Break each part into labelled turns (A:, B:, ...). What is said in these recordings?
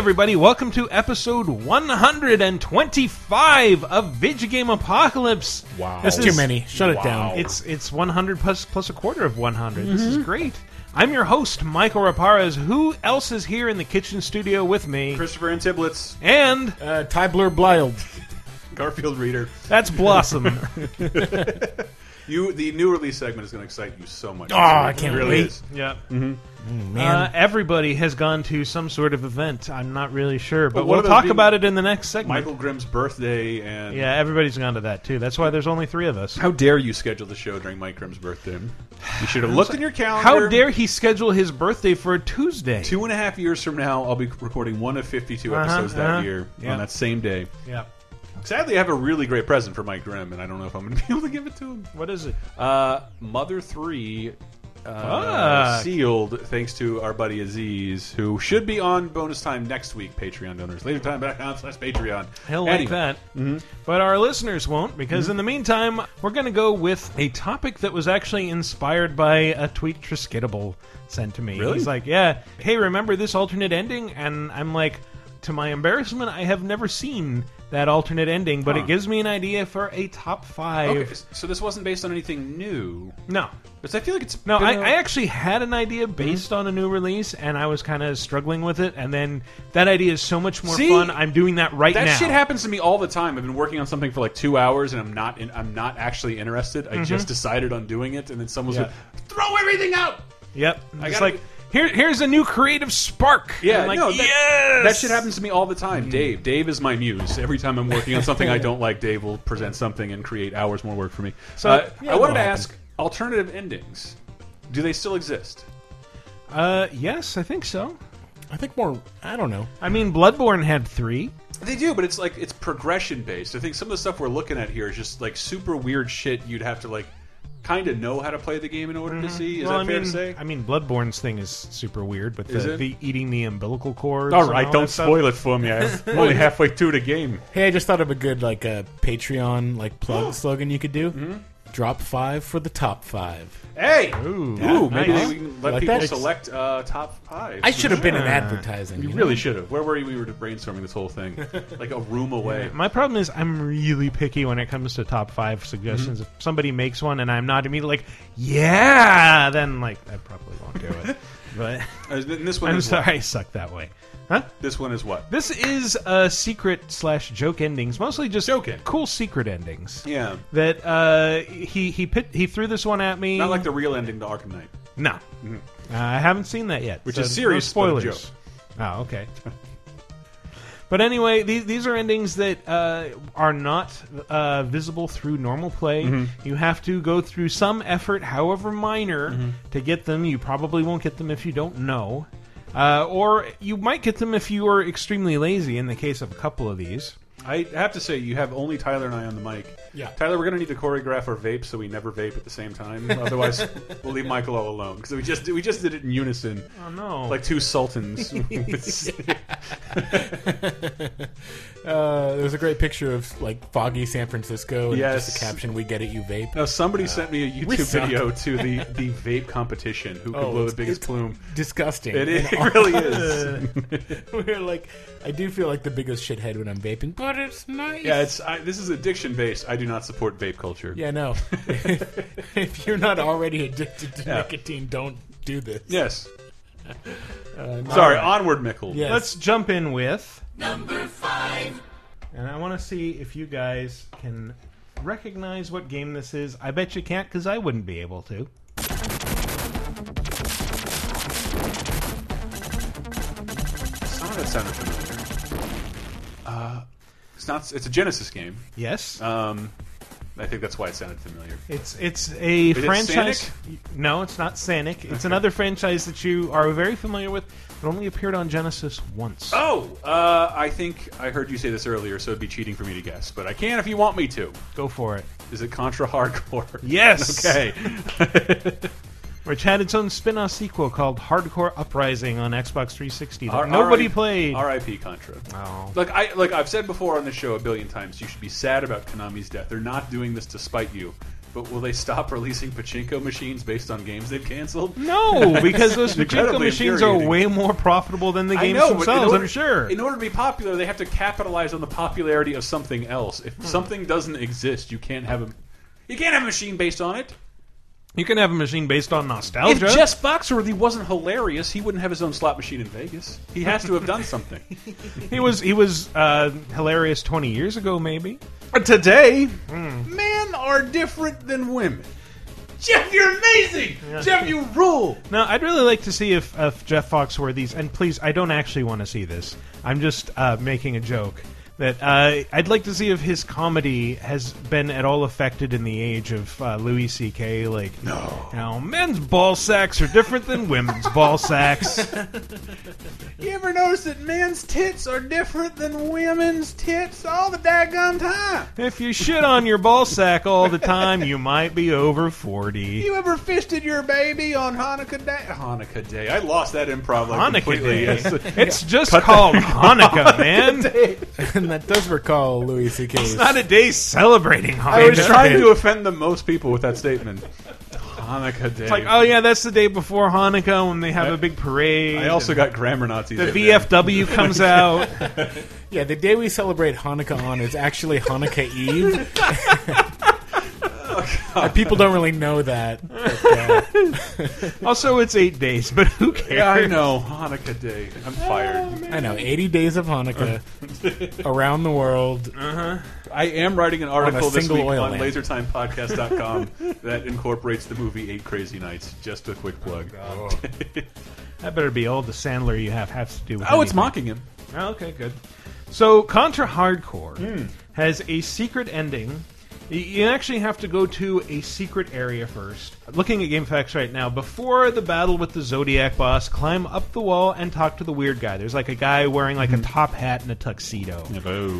A: everybody. Welcome to episode 125 of Video Game Apocalypse.
B: Wow.
A: This
B: That's too
A: is-
B: many. Shut it down.
A: Wow. It's it's 100 plus plus a quarter of 100. This is great. I'm your host, Michael Raparez. Who else is here in the kitchen studio with me?
C: Christopher and Tiblets,
A: And
B: Uh, Tybler Blyled.
C: Garfield Reader.
A: that's Blossom.
C: You, the new release segment is going to excite you so much. Oh,
B: Ah, I can't
C: it really
B: wait.
C: Is.
A: yeah.
B: Man.
A: Uh, everybody has gone to some sort of event. I'm not really sure, but,
C: But one
A: we'll
C: of those
A: talk
C: being
A: about it in the next segment.
C: Michael Grimm's birthday, and
A: Yeah, everybody's gone to that too. That's why there's only three of us.
C: how dare you schedule the show during Mike Grimm's birthday? You should have looked in your calendar.
A: How dare he schedule his birthday for a Tuesday?
C: Two and a half years from now, I'll be recording one of 52
A: Uh-huh,
C: episodes that
A: uh-huh.
C: year
A: Yeah.
C: on that same day.
A: Yeah.
C: Sadly, I have a really great present for Mike Grimm, and I don't know if I'm going to be able to give it to him.
A: What is it?
C: Uh, Mother 3 uh,
A: Fuck.
C: sealed thanks to our buddy Aziz, who should be on bonus time next week, Patreon donors. Later time back on slash Patreon.
A: He'll
C: Anyway,
A: like that.
C: Mm-hmm.
A: But our listeners won't, because in the meantime, we're going to go with a topic that was actually inspired by a tweet Triskidable sent to me.
C: Really?
A: He's like, yeah, hey, remember this alternate ending? And I'm like, to my embarrassment, I have never seen that alternate ending, but
C: Huh.
A: it gives me an idea for a top five.
C: Okay, s- so this wasn't based on anything new.
A: No.
C: Because I feel like it's
A: No,
C: been
A: I,
C: a-
A: I actually had an idea
C: Mm-hmm.
A: based on a new release, and I was kind of struggling with it. And then that idea is so much more
C: See?
A: fun. I'm doing that right
C: that
A: now.
C: shit happens to me all the time. I've been working on something for like two hours, and I'm not in, I'm not actually interested. I just decided on doing it, and then someone's
A: Mm-hmm. Yeah.
C: like, "Throw everything out!"
A: Yep. It's
C: gotta-
A: like here, here's a new creative spark.
C: Yeah,
A: And like,
C: no, that,
A: yes!
C: that shit happens to me all the time. Dave, Dave is my muse. Every time I'm working on something I don't like, Dave will present something and create hours more work for me. So
A: yeah,
C: I wanted to
B: that'll
C: ask: alternative endings, do they still exist?
A: Uh, yes, I think so.
B: I think more. I don't know.
A: I mean, Bloodborne had three.
C: They do, but it's like it's progression based. I think some of the stuff we're looking at here is just like super weird shit. You'd have to like kind of know how to play the game in order to see.
A: Mm-hmm.
C: Is
A: well,
C: that
A: I
C: fair
A: mean,
C: to say?
A: I mean, Bloodborne's thing is super weird, but
C: Is
A: the,
C: it?
A: the eating the umbilical cord.
C: all right, don't spoil it for me. I'm only halfway through the game.
B: Hey, I just thought of a good like uh, Patreon like plug slogan you could do. Drop five for the top five.
C: Hey,
A: Ooh,
C: maybe
A: nice.
C: we can let
B: Like
C: people
B: that?
C: select uh, top five.
B: I should have been in
A: Yeah.
B: advertising.
C: You
B: know?
C: really should have. Where were you? We were brainstorming this whole thing, like a room away.
A: My problem is I'm really picky when it comes to top five suggestions.
C: Mm-hmm.
A: If somebody makes one and I'm not immediately like, yeah, then like I probably won't do it. but
C: Uh, th- this one,
A: I'm
C: is
A: sorry, I suck that way, huh?
C: What? This one is what?
A: This is uh, secret slash joke endings, mostly just
C: Joke end.
A: cool secret endings.
C: Yeah,
A: That uh, he he pit, he threw this one at me.
C: not like the real ending to Arkham Knight.
A: no, uh, I haven't seen that yet.
C: Which
A: so
C: is serious,
A: no
C: but a
A: spoilers. Oh, okay. But anyway, these, these are endings that uh, are not uh, visible through normal play.
C: Mm-hmm.
A: You have to go through some effort, however minor,
C: Mm-hmm.
A: to get them. You probably won't get them if you don't know. Uh, or you might get them if you are extremely lazy, in the case of a couple of these.
C: I have to say, you have only Tyler and I on the mic.
B: Yeah.
C: Tyler, we're gonna need to choreograph our vape so we never vape at the same time. Otherwise, we'll leave Michael all alone because we just we just did it in unison,
A: Oh, no.
C: like two sultans. It's-
B: Uh, there's a great picture of like foggy San Francisco and just
C: Yes.
B: a caption: "We get it, you vape."
C: now, somebody sent me a
B: We
C: YouTube
B: suck.
C: video to the the vape competition. Who can
B: Oh,
C: blow the
B: it's-
C: biggest
B: it's-
C: plume?
B: Disgusting.
C: It, is-
B: And all-
C: it really is.
B: We're like, I do feel like the biggest shithead when I'm vaping, but it's nice.
C: Yeah, it's I, this is addiction based. I do not support vape culture.
B: Yeah, no. if, if you're not already addicted to
C: Yeah.
B: nicotine, don't do this.
C: Yes.
B: Uh, not-
C: Sorry, onward, Mickle.
B: Yes.
A: Let's jump in with number five. And I want to see if you guys can recognize what game this is. I bet you can't because I wouldn't be able to.
C: Some of that sounded familiar. Uh, it's not. It's a Genesis game.
A: Yes,
C: Um, I think that's why it sounded familiar.
A: it's it's a
C: it
A: franchise. no, it's not Sanic. It's another franchise that you are very familiar with. It only appeared on Genesis once.
C: Oh, uh, I think I heard you say this earlier, so it'd be cheating for me to guess, but I can if you want me to.
A: Go for it.
C: Is it Contra Hardcore?
A: Yes.
C: Okay.
A: which had its own spin-off sequel called Hardcore Uprising on Xbox 360 that
C: R-
A: nobody
C: R-
A: played.
C: R.I.P. Contra.
A: Oh.
C: Like I like I've said before on the show a billion times, you should be sad about Konami's death. They're not doing this to spite you. But will they stop releasing pachinko machines based on games they've canceled?
A: No, because those pachinko
C: Incredibly
A: machines are
C: infuriating.
A: way more profitable than the games
C: but in
A: themselves.
C: order-
A: I'm sure.
C: In order to be popular, they have to capitalize on the popularity of something else.
A: Hmm.
C: If something doesn't exist, you can't have a you can't have a machine based on it.
A: you can have a machine based on nostalgia.
C: If Jess Foxworthy wasn't hilarious, he wouldn't have his own slot machine in Vegas. He has to have done something.
A: He was he was uh, hilarious 20 years ago, maybe.
C: Today, men are different than women. Jeff, you're amazing. Jeff, you rule.
A: Now, I'd really like to see if, if Jeff Foxworthy's, and please, I don't actually want to see this. I'm just uh, making a joke. That uh, I'd like to see if his comedy has been at all affected in the age of uh, Louis C.K. Like, no. Now, men's ball sacks are different than women's ball sacks.
C: You ever notice that men's tits are different than women's tits all the daggum time?
A: If you shit on your ball sack all the time, you might be over 40.
C: You ever fisted your baby on Hanukkah Day? Hanukkah Day. I lost that improv like
A: Hanukkah Day.
C: completely. Yes.
A: It's just called Hanukkah, man.
B: and that does recall Louis C.K.'s.
A: Not a day celebrating Hanukkah.
C: I was trying to offend the most people with that statement. Hanukkah Day.
A: It's like, oh yeah, that's the day before Hanukkah when they have a big parade.
C: I also got grammar Nazis.
A: the
C: in there.
A: VFW comes out.
B: yeah, the day we celebrate Hanukkah on is actually Hanukkah Eve. People don't really know that. but, uh,
A: Also, it's eight days, but who cares?
C: Yeah, I know. Hanukkah Day. I'm
A: Oh,
C: fired.
B: I know, 80 days of Hanukkah around the world.
C: I am writing an article this
B: single
C: week
B: oil
C: on
B: lamp.
C: lasertimepodcast.com that incorporates the movie Eight Crazy Nights. Just a quick plug. Oh,
A: That better be all the Sandler you have has to do. With
C: it's
A: anything.
C: mocking him.
A: Oh, okay, good. So, Contra Hardcore has a secret ending. Y- You actually have to go to a secret area first. Looking at GameFAQs right now, before the battle with the Zodiac boss, climb up the wall and talk to the weird guy. There's like a guy wearing like a top hat and a tuxedo.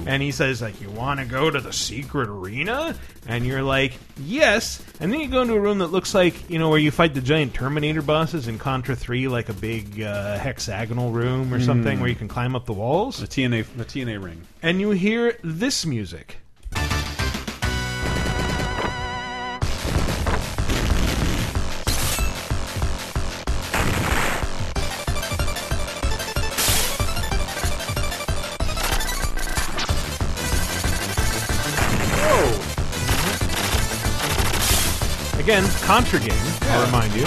A: And he says, like, you want to go to the secret arena? And you're like, yes. And then you go into a room that looks like, you know, where you fight the giant Terminator bosses in Contra 3, like a big uh, hexagonal room or something where you can climb up the walls.
C: The TNA, the TNA ring.
A: And you hear this music.
C: Oh,
A: Again, Contra game, I'll remind you.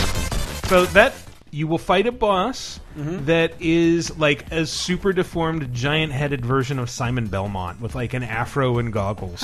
A: So that you will fight a boss that is like a super deformed, giant-headed version of Simon Belmont with like an afro and goggles.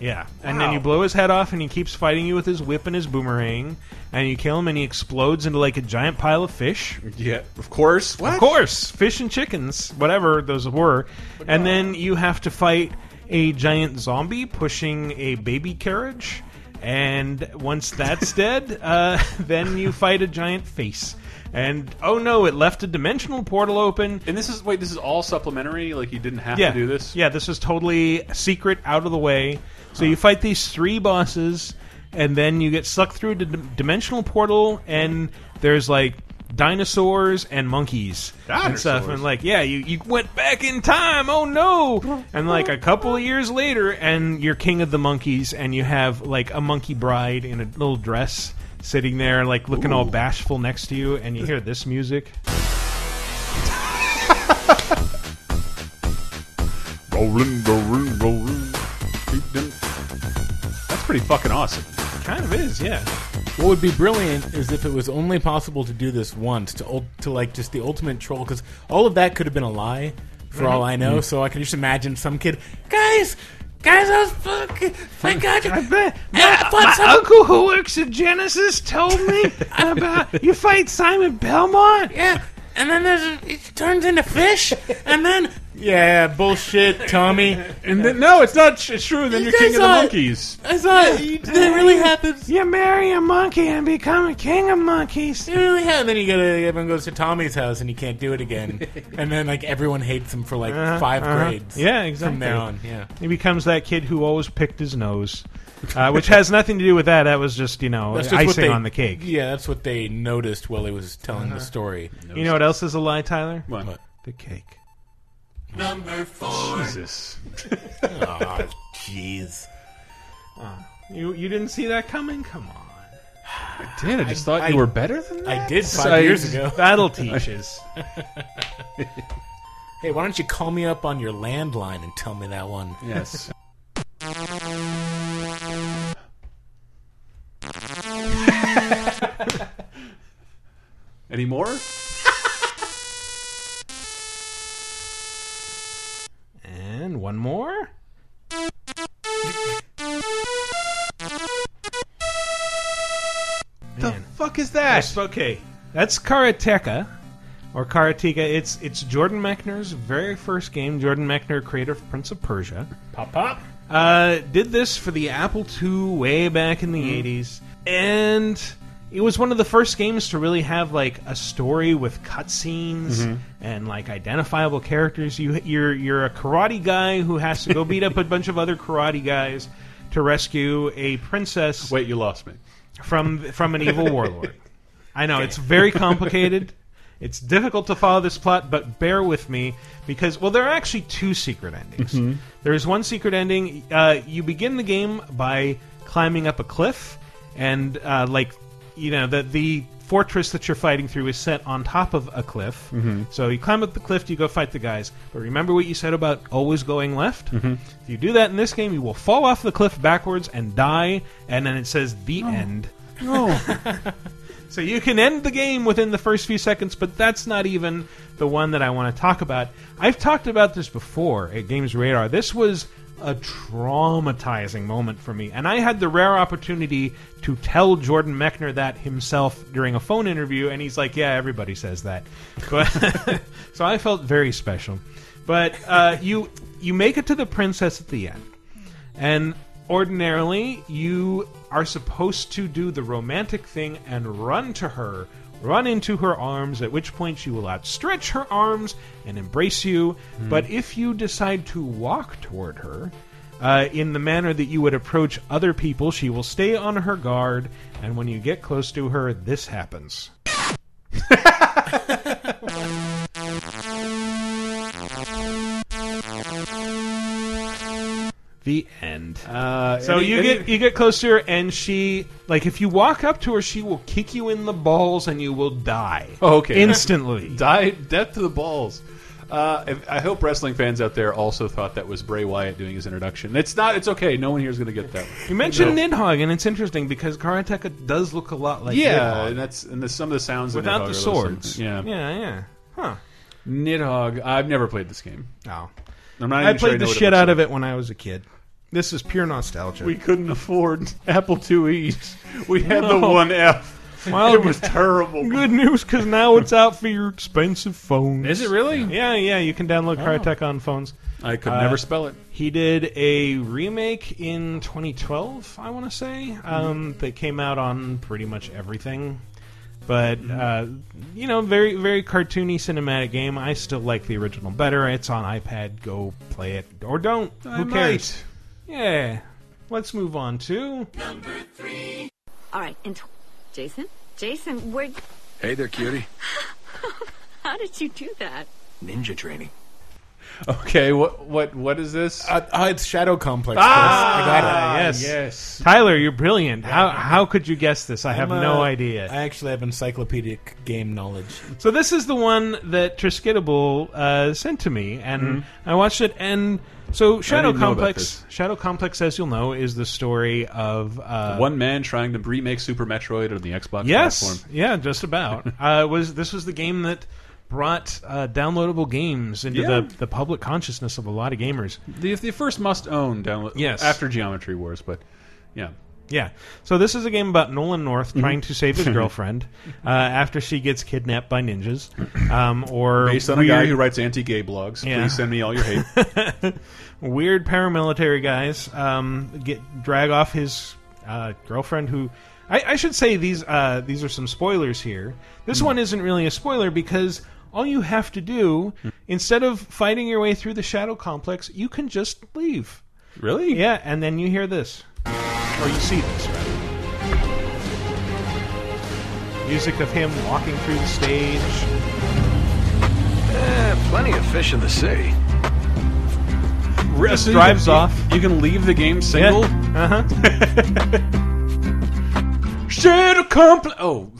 A: Yeah, and then
C: Wow.
A: you blow his head off, and he keeps fighting you with his whip and his boomerang, and you kill him, and he explodes into like a giant pile of fish.
C: yeah, of course. What?
A: Of course, fish and chickens, whatever those were. And then you have to fight a giant zombie pushing a baby carriage. And once that's dead, uh, then you fight a giant face. And oh no, it left a dimensional portal open.
C: And this is wait, this is all supplementary. Like you didn't have
A: Yeah,
C: to do this.
A: Yeah, this is totally secret, out of the way. So you fight these three bosses, and then you get sucked through a d- dimensional portal, and there's like dinosaurs and monkeys and stuff,
C: Dinosaurs.
A: and like yeah, you you went back in time. Oh no! And like a couple of years later, and you're king of the monkeys, and you have like a monkey bride in a little dress. Sitting there, like looking all bashful next to you, and you hear this music.
D: Rolling, rolling, rolling.
C: That's pretty fucking awesome.
A: Kind of is, yeah.
B: What would be brilliant is if it was only possible to do this once to ult- to like just the ultimate troll because all of that could have been a lie for all I know. So I can just imagine some kid, guys, guys, I was fucking, thank God, you-
A: I bet. My,
B: Yeah, I thought
A: my
B: some-
A: uncle who works at Genesis told me about you fight Simon Belmont.
B: yeah. And then there's a, it turns into fish, and then Yeah, bullshit, Tommy.
C: And then no, it's not. It's true. And then
B: You
C: you're king
B: guys
C: of the
B: are-
C: monkeys.
B: I saw it. That really happens.
A: You marry a monkey and become a king of monkeys.
B: It really happens. And then you go to everyone goes to Tommy's house and he can't do it again. and then like everyone hates him for like
A: Uh-huh,
B: five
A: uh-huh.
B: grades.
A: Yeah, exactly.
B: From there on, yeah.
A: He becomes that kid who always picked his nose, uh, which has nothing to do with that. That was just you know
B: That's just what
A: icing
B: they-
A: on the cake. Uh-huh.
B: Yeah, that's what they noticed while he was telling the story.
A: You know what else is a lie, Tyler?
C: Come on.
B: What?
A: The cake.
C: Jesus.
B: Oh, jeez.
A: You you didn't see that coming? Come on.
C: Dan, I just thought
B: I-
C: you were better than that.
B: I did five
C: I-
B: years ago.
A: That'll teach us.
B: Hey, why don't you call me up on your landline and tell me that one?
C: Yes. Any more?
A: And one more.
C: The
A: Man.
C: fuck is that?
A: That's- okay. That's Karateka, or Karateka. It's it's Jordan Mechner's very first game. Jordan Mechner, creator of Prince of Persia,
B: Pop pop.
A: uh, did this for the Apple II way back in the
B: Mm-hmm.
A: '80s, and it was one of the first games to really have like a story with cutscenes
B: Mm-hmm.
A: and like identifiable characters. You you're you're a karate guy who has to go beat up a bunch of other karate guys to rescue a princess
C: Wait, you lost me.
A: from from an evil warlord. I know it's very complicated. It's difficult to follow this plot, but bear with me because well, there are actually two secret endings. There is one secret ending. Uh, you begin the game by climbing up a cliff, and uh, like you know the the fortress that you're fighting through is set on top of a cliff. So you climb up the cliff, you go fight the guys. But remember what you said about always going left. If you do that in this game, you will fall off the cliff backwards and die, and then it says the end.
C: No.
A: So you can end the game within the first few seconds, but that's not even the one that I want to talk about. I've talked about this before at Games Radar. This was a traumatizing moment for me, and I had the rare opportunity to tell Jordan Mechner that himself during a phone interview, and he's like, "Yeah, everybody says that," but so I felt very special. But uh, you you make it to the princess at the end. And ordinarily, you are supposed to do the romantic thing and run to her, run into her arms, at which point she will outstretch her arms and embrace you. But if you decide to walk toward her, uh, in the manner that you would approach other people, she will stay on her guard, and when you get close to her, this happens. The end.
C: Uh,
A: So
C: any-
A: you
C: any-
A: get you get close to her, and she like if you walk up to her, she will kick you in the balls, and you will die.
C: Oh, okay.
A: instantly.
C: die death to the balls. Uh, I I hope wrestling fans out there also thought that was Bray Wyatt doing his introduction. It's not. It's okay. No one here's going to get that.
A: you mentioned Nidhogg, and it's interesting because Karateka does look a lot like
C: yeah,
A: Nidhogg,
C: and that's and the, some of the sounds of
A: without
C: Nidhogg
A: the
C: are
A: swords.
C: Yeah.
A: yeah, yeah. Huh.
C: Nidhogg. I've never played this game.
A: Oh.
C: I'm not
A: I
C: even sure
A: played
C: know
A: the
C: what
A: shit
C: looks
A: out of
C: like.
A: it when I was a kid. This is pure nostalgia.
C: We couldn't afford Apple IIe's. We had the one F.
A: Well,
C: it was terrible.
A: Good news, because now it's out for your expensive phones.
B: Is it really?
A: Yeah, yeah. You can download Karateka on phones.
C: I could
A: Uh,
C: never spell it.
A: He did a remake in 2012, I want to say,
B: Mm-hmm.
A: um, that came out on pretty much everything. But
B: Mm-hmm.
A: uh, you know, very very cartoony cinematic game. I still like the original better. It's on iPad. Go play it or don't. Who cares? Yeah. Let's move on to
E: All right, and t- Jason? Jason, where?
F: Hey there, cutie.
E: How did you do that?
F: Ninja training.
C: Okay, what what what is this?
B: Uh, oh, it's Shadow Complex.
A: Ah,
B: Chris. I got it.
A: yes. Tyler. You're brilliant. How how could you guess this? I have
B: I'm,
A: no
B: uh,
A: idea.
B: I actually have encyclopedic game knowledge.
A: So this is the one that Triskidable uh, sent to me, and I watched it. And so Shadow
C: Mm-hmm. didn't know about
A: Complex,
C: this.
A: Shadow Complex, as you'll know, is the story of uh,
C: One man trying to remake Super Metroid on the Xbox
A: Yes,
C: platform.
A: yeah, just about. uh, it was this was the game that brought uh, downloadable games into
C: Yeah.
A: the, the public consciousness of a lot of gamers.
C: The the first must own download.
A: Yes.
C: after Geometry Wars, but yeah,
A: Yeah. So this is a game about Nolan
C: Mm-hmm.
A: North trying to save his girlfriend uh, after she gets kidnapped by ninjas, um, or
C: Based on a
A: weird,
C: guy who writes anti-gay blogs.
A: Yeah.
C: Please send me all your hate.
A: weird paramilitary guys um, get drag off his uh, girlfriend. Who I, I should say these uh, these are some spoilers here. This one isn't really a spoiler because. All you have to do, instead of fighting your way through the shadow complex, you can just leave.
C: really?
A: Yeah, and then you hear this. Or you see this, rather. Music of him walking through the stage.
F: Eh, plenty of fish in the sea.
C: Re-
A: Just
C: so you
A: drives
C: can-
A: off.
C: You can leave the game single.
A: Uh huh.
C: Shit, a compl- Oh,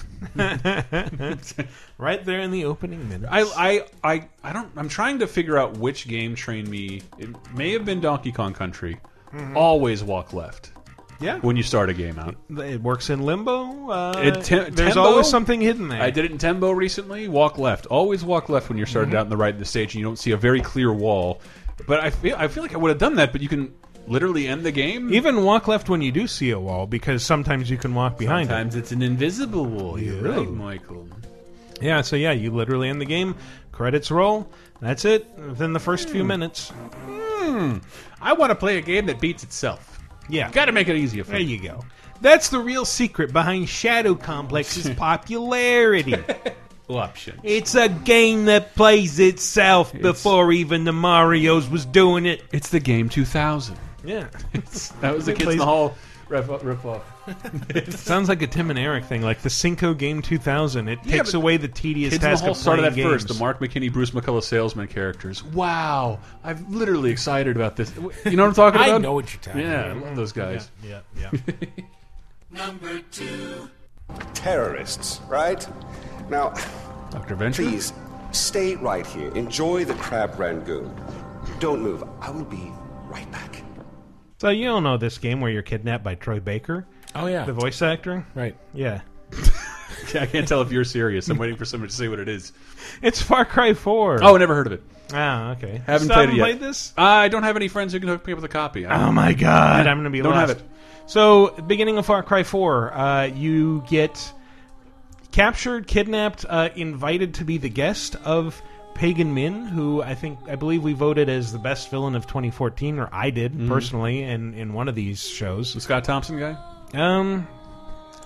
A: Right there in the opening minutes.
C: I, I, I, I don't. I'm trying to figure out which game trained me. It may have been Donkey Kong Country.
A: Mm-hmm.
C: Always walk left
A: yeah.
C: when you start a game out.
A: It works in limbo. Uh,
C: It te-
A: there's
C: Tembo?
A: always something hidden there.
C: I did it in Tembo recently. Walk left. Always walk left when you're started out in the right of the stage and you don't see a very clear wall. But I feel I feel like I would have done that. But you can literally end the game.
A: Even walk left when you do see a wall, because sometimes you can walk behind it.
C: Sometimes it's an invisible wall. You're
A: Yeah.
C: right, Michael.
A: Yeah, so yeah, you literally end the game, credits roll, that's it, within the first few minutes.
C: I want to play a game that beats itself.
A: Yeah.
C: Got to make it easier for
A: There
C: me.
A: you go. That's the real secret behind Shadow Complex's popularity.
C: Option.
A: It's a game that plays itself before even the Mario's was doing it.
C: It's the game 2000.
A: Yeah.
C: That was the
A: It
C: kids in the
A: plays-
C: hall rip, rip off.
A: Sounds like a Tim and Eric thing, like the Cinco Game 2000. It takes
C: but
A: away the tedious
C: Kids in the
A: task
C: hall
A: of
C: started that
A: playing
C: first. The
A: games.
C: Mark McKinney, Bruce McCullough salesman characters. Wow, I'm literally excited about this. You know what I'm talking
B: I
C: about?
B: know what you're talking
C: Yeah, I love those guys.
A: Yeah, yeah.
G: terrorists, right? Now,
C: Dr. Venture.
G: please stay right here. Enjoy the crab rangoon. Don't move. I will be right back.
A: So you all know this game where you're kidnapped by Troy Baker,
B: Oh yeah,
A: the voice actor?
B: right.
A: Yeah.
C: I can't tell if you're serious. I'm waiting for someone to say what it is.
A: It's Far Cry 4.
C: Oh, I never heard of it.
A: Ah, okay.
C: Haven't
A: Still
C: played
A: haven't
C: it yet.
A: played this?
C: I don't have any friends who can hook me up with a copy. I
A: Oh my god, I'm gonna be
C: Don't have
A: lost.
C: it.
A: So, beginning of Far Cry 4, uh, you get captured, kidnapped, uh, invited to be the guest of Pagan Min, who I think I believe we voted as the best villain of 2014, or I did
C: Mm-hmm.
A: personally, in in one of these
C: the
A: shows.
C: Scott Thompson guy.
A: Um,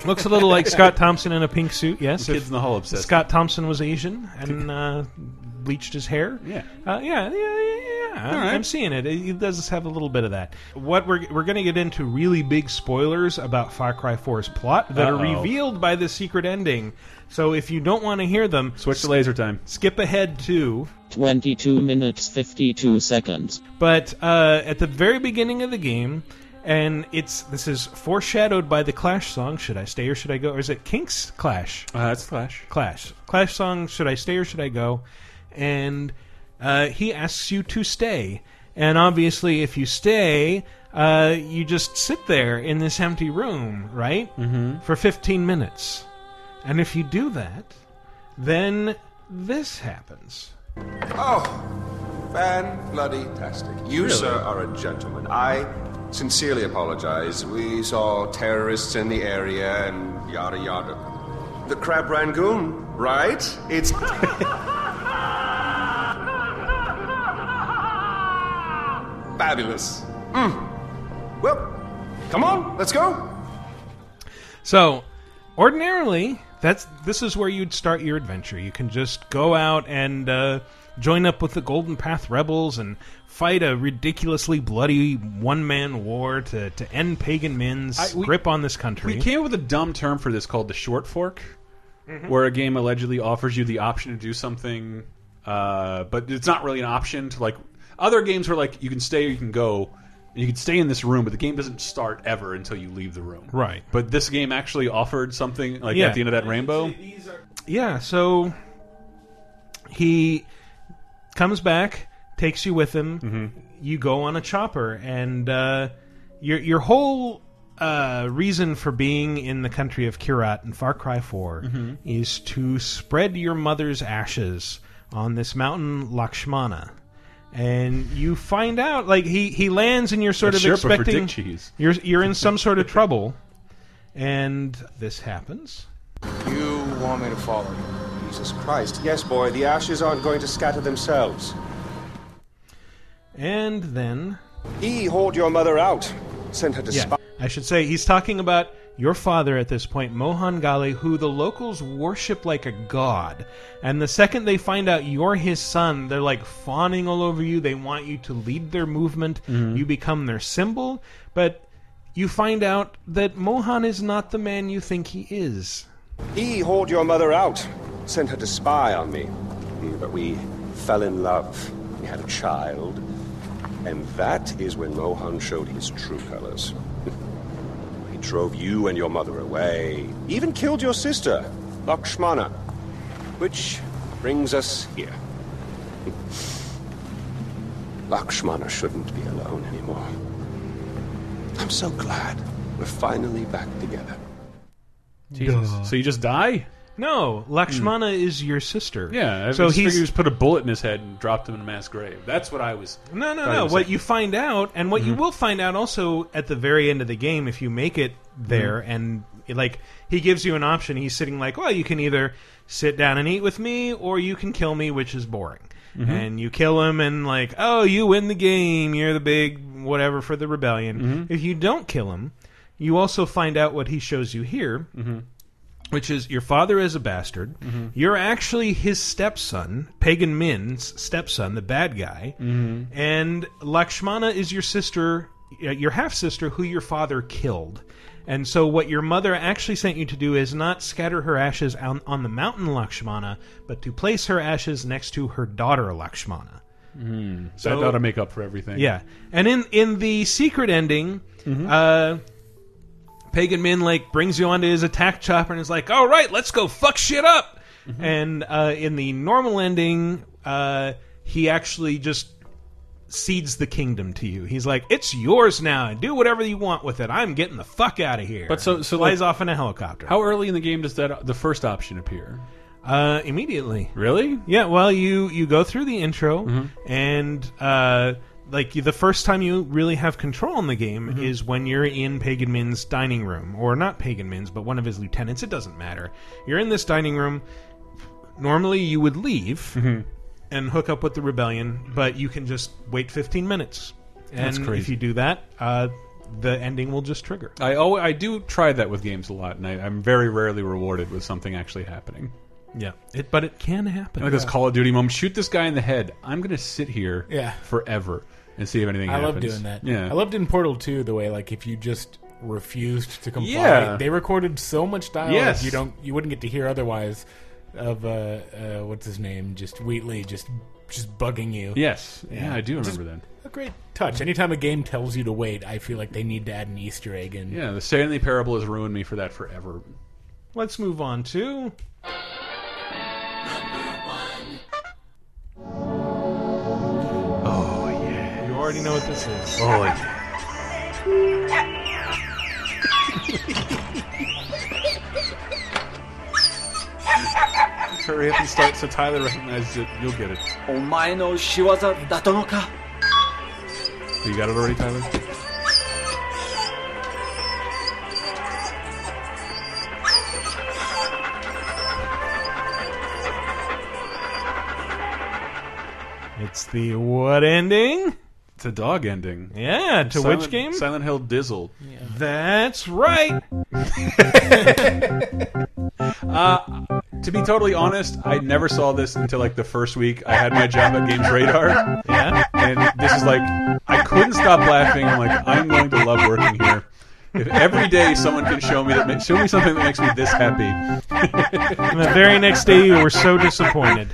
A: looks a little like Scott Thompson in a pink suit. Yes,
C: Kids in the Hall obsessed.
A: Scott Thompson was Asian and uh, bleached his hair.
C: Yeah.
A: uh, yeah, yeah, yeah. yeah. I'm,
C: right.
A: I'm seeing it. It it does have a little bit of that. What we're we're going to get into really big spoilers about Far Cry 4's plot that are
C: Uh-oh.
A: revealed by the secret ending. So if you don't want to hear them,
C: Switch to laser time.
A: skip ahead to
H: 22 minutes 52 seconds.
A: but uh, at the very beginning of the game, and it's this is foreshadowed by the Clash song. Should I stay or should I go? Or is it Kinks Clash?
C: Uh, that's Flash.
A: Clash. Clash song, Should I Stay or Should I Go? And uh, he asks you to stay. And obviously, if you stay, uh, you just sit there in this empty room, right? Mm-hmm. For 15 minutes. And if you do that, then this happens.
G: Oh, fan bloody tastic. You, sir, are a gentleman. I sincerely apologize. We saw terrorists in the area and yada yada. The crab rangoon, right? It's. Fabulous. Mm. Well, come on, let's go.
A: So, ordinarily, that's this is where you'd start your adventure. You can just go out and uh, join up with the Golden Path Rebels and fight a ridiculously bloody one-man war to, to end Pagan Min's
C: I- we-
A: grip on this country.
C: We came up with a dumb term for this called the short fork, where a game allegedly offers you the option to do something, uh, but it's not really an option. To like other games where like you can stay or you can go, and you can stay in this room, but the game doesn't start ever until you leave the room.
A: Right.
C: But this game actually offered something like
A: Yeah.
C: at the end of that rainbow.
A: yeah, so he comes back, takes you with him.
C: Mm-hmm.
A: You go on a chopper, and uh, your your whole uh, reason for being in the country of Kirat in Far Cry 4
C: Mm-hmm.
A: is to spread your mother's ashes on this mountain, Lakshmana. And you find out, like he he lands, and you're sort
C: That's
A: of
C: Sherpa for
A: expecting
C: dick cheese.
A: you're you're in some sort of trouble. and this happens.
G: You want me to follow you? Jesus Christ. Yes, boy, the ashes aren't going to scatter themselves.
A: And then,
G: He hauled your mother out, sent her to
A: yeah,
G: spy.
A: I should say he's talking about your father at this point, Mohan Gali, who the locals worship like a god. And the second they find out you're his son, they're like fawning all over you. They want you to lead their movement. You become their symbol, but you find out that Mohan is not the man you think he is.
G: He hauled your mother out, sent her to spy on me. Hmm, But we fell in love. We had a child. And that is when Mohan showed his true colors. he drove you and your mother away, even killed your sister, Lakshmana. Which brings us here. Lakshmana shouldn't be alone anymore. I'm so glad we're finally back together.
C: Jesus. So you just die?
A: No, Lakshmana is your sister.
C: Yeah. I
A: So
C: just figured
A: he's
C: he just put a bullet in his head and dropped him in a mass grave. That's what I was.
A: No, no,
C: thought he
A: no.
C: was
A: What
C: like.
A: you find out, and what you will find out also at the very end of the game, if you make it there, and like he gives you an option. He's sitting like, well, you can either sit down and eat with me, or you can kill me, which is boring. And you kill him, and like, oh, you win the game. You're the big whatever for the rebellion. If you don't kill him, you also find out what he shows you here, which is your father is a bastard. You're actually his stepson, Pagan Min's stepson, the bad guy, and Lakshmana is your sister, uh, your half sister, who your father killed. And so, what your mother actually sent you to do is not scatter her ashes on, on the mountain Lakshmana, but to place her ashes next to her daughter Lakshmana.
C: So that ought to make up for everything.
A: Yeah, and in in the secret ending,
C: Mm-hmm.
A: uh, Pagan Min like brings you onto his attack chopper and is like, "All right, let's go fuck shit up."
C: Mm-hmm.
A: And uh, in the normal ending, uh, he actually just cedes the kingdom to you. He's like, "It's yours now, and do whatever you want with it. I'm getting the fuck out of here."
C: But so- so,
A: flies
C: like-
A: off in a helicopter
C: How early in the game does that the first option appear?
A: uh, immediately.
C: Really?
A: Yeah, well, you you go through the intro, and uh, like you, the first time you really have control in the game is when you're in Pagan Min's dining room, or not Pagan Min's, but one of his lieutenants. It doesn't matter. You're in this dining room. Normally, you would leave and hook up with the rebellion, but you can just wait 15 minutes, and
C: That's crazy.
A: if you do that, uh, the ending will just trigger.
C: I al I do try that with games a lot, and I, I'm very rarely rewarded with something actually happening.
A: Yeah, it, but it can happen.
C: Like this Call of Duty moment, shoot this guy in the head. I'm gonna sit here
B: Yeah.
C: forever and see if anything
B: I
C: happens.
B: love doing that.
C: Yeah.
B: I loved in Portal 2 the way like if you just refused to comply,
C: Yeah.
B: they recorded so much dialogue
C: Yes.
B: you don't you wouldn't get to hear otherwise of uh, uh what's his name just Wheatley just just bugging you.
C: Yes. Yeah, I do remember that.
B: A great touch. Anytime a game tells you to wait, I feel like they need to add an Easter egg in.
C: Yeah, the Stanley Parable has ruined me for that forever.
A: Let's move on to
C: Oh yeah.
A: you already know what this is.
C: Oh yeah. Hurry up and start so Tyler recognizes it. You'll get it. You got it already, Tyler?
A: It's the what ending?
C: It's a dog ending.
A: Yeah, to
C: Silent-
A: which game?
C: Silent Hill Dizzle.
A: That's right.
C: To be totally honest, I never saw this until like the first week I had my job at Games Radar,
A: Yeah.
C: and this is like I couldn't stop laughing. I'm like, I'm going to love working here. If every day someone can show me that, ma- show me something that makes me this happy.
A: And the very next day you were so disappointed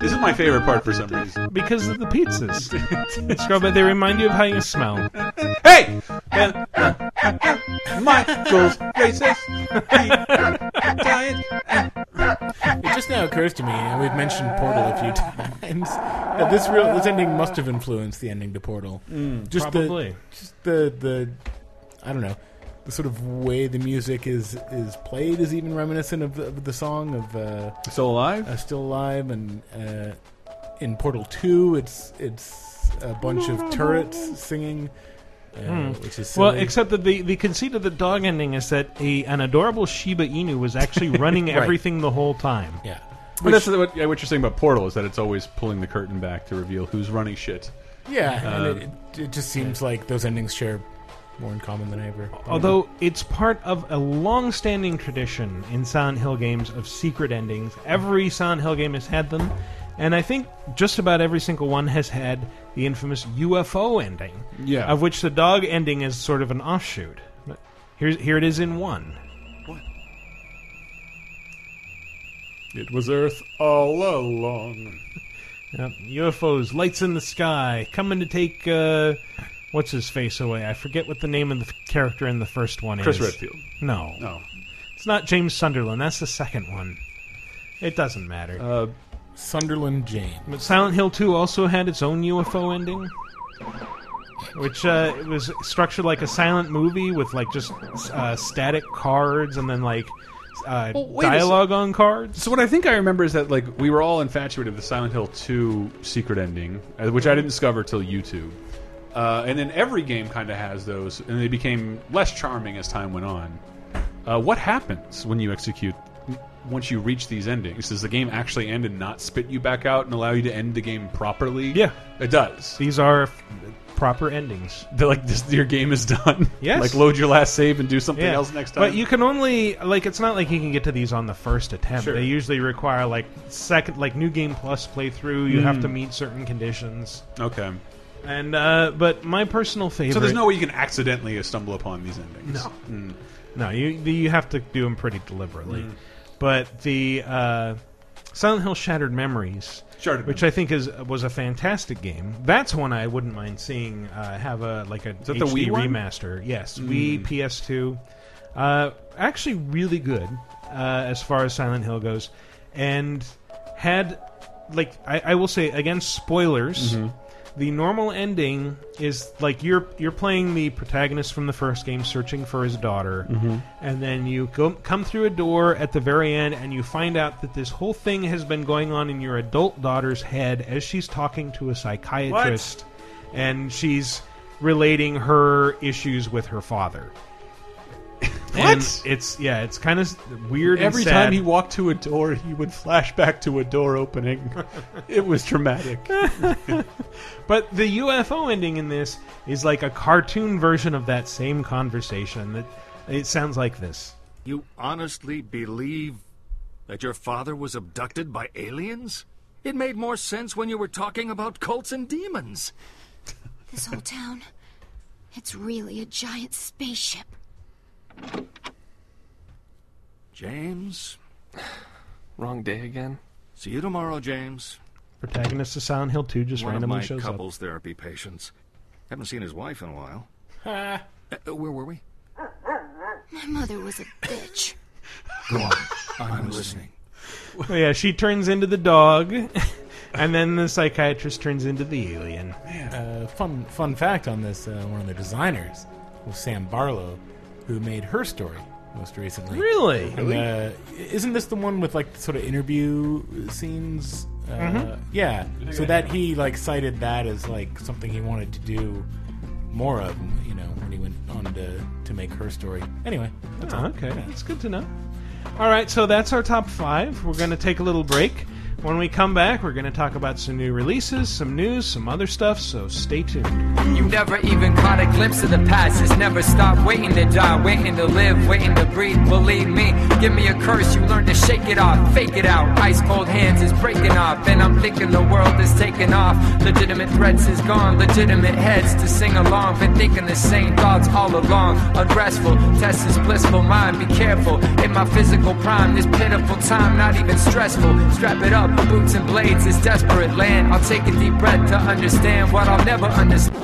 C: This is my favorite part for some reason.
A: because of the pizzas. Scrub it, they remind you of how you smell.
C: Hey, Man- Michael's racist. He- Giant.
B: It just now occurs to me, and we've mentioned Portal a few times, that this real this ending must have influenced the ending to Portal. just
A: Mm, probably.
B: the just the the I don't know the sort of way the music is is played is even reminiscent of the, of the song of uh,
C: Still alive?
B: uh, "Still Alive" and uh, in Portal Two, it's it's a bunch of turrets singing. uh, which is
A: Hmm. Well,
B: silly.
A: except that the, the conceit of the dog ending is that a, an adorable Shiba Inu was actually running everything the whole time.
B: yeah.
C: But that's what, yeah, what you're saying about Portal is that it's always pulling the curtain back to reveal who's running shit.
B: Yeah,
A: Um,
B: and it, it, it just seems like those endings share more in common than ever.
A: Although it's part of a long-standing tradition in Silent Hill games of secret endings, every Silent Hill game has had them, and I think just about every single one has had the infamous UFO ending,
C: Yeah.
A: of which the dog ending is sort of an offshoot. But Here's, here it is in one.
C: It was Earth all along.
A: Yep, UFOs, lights in the sky, coming to take uh, what's his face away. I forget what the name of the f- character in the first one
C: Chris
A: is.
C: Redfield.
A: No,
C: No.
A: it's not James Sunderland. That's the second one. It doesn't matter.
C: Uh,
B: Sunderland Jane.
A: But Silent Hill 2 also had its own UFO ending, which uh, it was structured like a silent movie with like just uh, static cards and then like uh,
C: Well, wait a sec-
A: dialogue on cards.
C: So what I think I remember is that like we were all infatuated with the Silent Hill 2 secret ending, uh, which I didn't discover till YouTube. Uh, and then every game kind of has those, and they became less charming as time went on. Uh, what happens when you execute? Once you reach these endings, does the game actually end and not spit you back out and allow you to end the game properly?
A: Yeah.
C: it does.
A: These are f- proper endings.
C: They're like this, your game is done.
A: Yes.
C: like load your last save and do something
A: Yeah.
C: else next time.
A: But you can only like it's not like you can get to these on the first attempt.
C: Sure.
A: They usually require like second like new game plus playthrough. You
C: Hmm.
A: have to meet certain conditions.
C: okay.
A: And uh, but my personal favorite.
C: So there's no way you can accidentally stumble upon these endings.
A: No. No, you you have to do them pretty deliberately.
C: Hmm.
A: But the uh, Silent Hill Shattered Memories,
C: Shattered
A: which I think is was a fantastic game. That's one I wouldn't mind seeing uh, have a like a
C: that
A: HD
C: the Wii one? Hmm.
A: remaster. Yes, Wii PS2. Uh, actually, really good uh, as far as Silent Hill goes, and had like I, I will say again spoilers.
C: Mm-hmm.
A: The normal ending is like you're you're playing the protagonist from the first game searching for his daughter,
C: Mm-hmm.
A: and then you go, come through a door at the very end, and you find out that this whole thing has been going on in your adult daughter's head as she's talking to a psychiatrist, and she's relating her issues with her father. And
C: What?
A: it's yeah, it's kind of weird. and
C: Every
A: sad.
C: time he walked to a door, he would flash back to a door opening. it was traumatic.
A: But the UFO ending in this is like a cartoon version of that same conversation. That it sounds like this.
F: You honestly believe that your father was abducted by aliens? It made more sense when you were talking about cults and demons.
I: This whole town. It's really a giant spaceship.
F: James,
J: Wrong day again.
F: see you tomorrow, James.
A: Protagonist of Silent Hill 2 just
F: One of
A: randomly
F: my
A: shows up.
F: couples therapy patients. Haven't seen his wife in a while. Uh, uh, where were we?
I: My mother was a bitch.
F: I'm listening.
A: Oh, yeah, she turns into the dog, and then the psychiatrist turns into the alien.
B: Uh, fun fun fact on this: uh, one of the designers was Sam Barlow, who made her story most recently.
A: Really?
B: And, uh, isn't this the one with like the sort of interview scenes? Uh, Yeah. So that he like cited that as like something he wanted to do more of, you know, when he went on to to make her story. Anyway, that's
A: Oh,
B: all.
A: okay, that's good to know. All right, so that's our top five. We're going to take a little break. When we come back, we're going to talk about some new releases, some news, some other stuff. So stay tuned.
J: You never even caught a glimpse of the past. It's never stopped waiting to die, waiting to live, waiting to breathe. Believe me, give me a curse. You learn to shake it off, fake it out. Ice cold hands is breaking off, and I'm thinking the world is taking off. Legitimate threats is gone, legitimate heads to sing along. Been thinking the same thoughts all along. Unrestful, test this blissful mind. Be careful in my physical prime. This pitiful time, not even stressful. Strap it up, boots and blades. It's desperate land. I'll take a deep breath to understand what I'll never understand.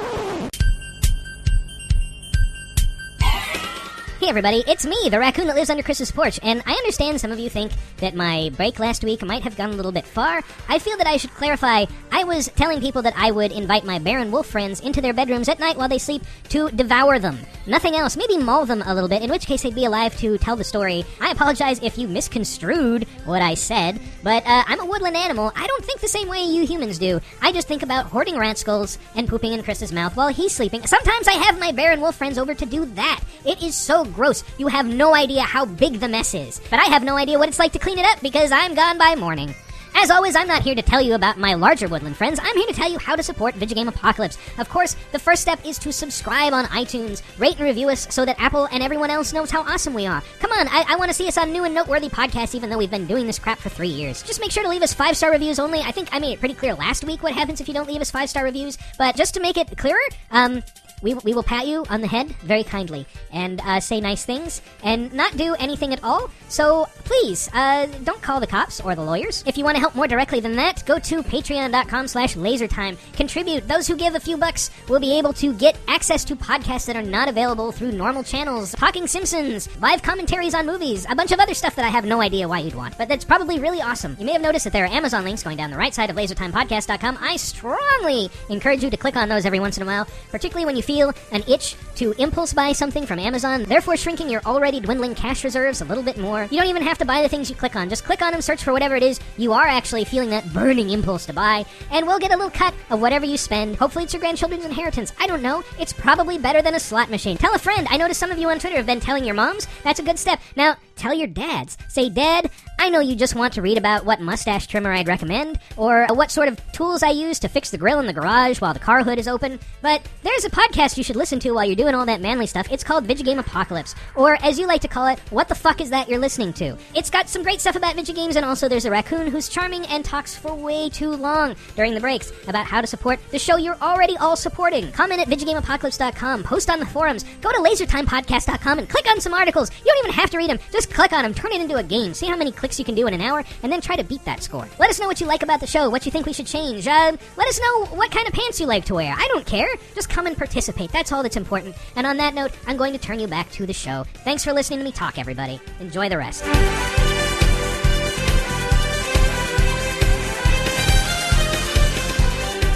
K: everybody, it's me, the raccoon that lives under Chris's porch, and I understand some of you think that my break last week might have gone a little bit far. I feel that I should clarify. I was telling people that I would invite my bear and wolf friends into their bedrooms at night while they sleep to devour them. Nothing else, maybe maul them a little bit, in which case they'd be alive to tell the story. I apologize if you misconstrued what I said, but uh, I'm a woodland animal. I don't think the same way you humans do. I just think about hoarding rat skulls and pooping in Chris's mouth while he's sleeping. Sometimes I have my bear and wolf friends over to do that. It is so gross. You have no idea how big the mess is. But I have no idea what it's like to clean it up because I'm gone by morning. As always, I'm not here to tell you about my larger woodland friends. I'm here to tell you how to support Video Game Apocalypse. Of course, the first step is to subscribe on iTunes, rate and review us so that Apple and everyone else knows how awesome we are. Come on, I, I want to see us on new and noteworthy podcasts, even though we've been doing this crap for three years. Just make sure to leave us five star reviews only. I think I made it pretty clear last week what happens if you don't leave us five star reviews, but just to make it clearer, um, we, we will pat you on the head very kindly and uh, say nice things and not do anything at all. So please, uh, don't call the cops or the lawyers. If you want to help more directly than that, go to patreon.com slash lasertime. Contribute. Those who give a few bucks will be able to get access to podcasts that are not available through normal channels. Talking Simpsons, live commentaries on movies, a bunch of other stuff that I have no idea why you'd want, but that's probably really awesome. You may have noticed that there are Amazon links going down the right side of lasertimepodcast.com. I strongly encourage you to click on those every once in a while, particularly when you feel feel an itch to impulse buy something from Amazon, therefore shrinking your already dwindling cash reserves a little bit more. You don't even have to buy the things you click on. Just click on them, search for whatever it is you are actually feeling that burning impulse to buy, and we'll get a little cut of whatever you spend. Hopefully, it's your grandchildren's inheritance. I don't know. It's probably better than a slot machine. Tell a friend. I noticed some of you on Twitter have been telling your moms. That's a good step. Now, tell your dads. Say, Dad, I know you just want to read about what mustache trimmer I'd recommend, or what sort of tools I use to fix the grill in the garage while the car hood is open, but there's a podcast podcast you should listen to while you're doing all that manly stuff. It's called Video Game Apocalypse, or as you like to call it, What the Fuck Is That You're Listening To? It's got some great stuff about video games, and also there's a raccoon who's charming and talks for way too long during the breaks about how to support the show you're already all supporting. Comment at VideoGameApocalypse.com, post on the forums, go to LaserTimePodcast.com and click on some articles. You don't even have to read them, just click on them, turn it into a game, see how many clicks you can do in an hour, and then try to beat that score. Let us know what you like about the show, what you think we should change. Uh, let us know what kind of pants you like to wear. I don't care. Just come and participate. That's all that's important. And on that note, I'm going to turn you back to the show. Thanks for listening to me talk, everybody. Enjoy the rest.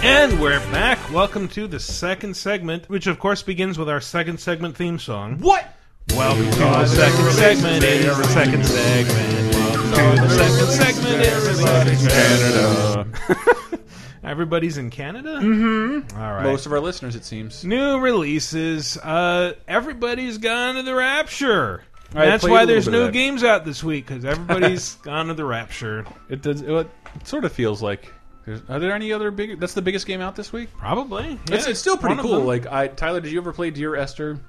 A: And we're back. Welcome to the second segment, which of course begins with our second segment theme song.
C: What?
A: Welcome to the second segment. It is the second segment. Welcome to the second segment. It is the second segment. Everybody's in Canada?
C: Mm-hmm.
A: All right.
C: Most of our listeners, it seems.
A: New releases. Uh, everybody's gone to the rapture.
C: I
A: That's
C: played a
A: why
C: little
A: there's
C: bit of
A: no
C: that.
A: games out this week because everybody's gone to the rapture.
C: It does. It, it sort of feels like. there's- Are there any other big? That's the biggest game out this week.
A: Probably.
C: it's,
A: Yeah,
C: it's still
A: one
C: pretty
A: of
C: cool.
A: them.
C: Like, I Tyler, did you ever play Dear Esther?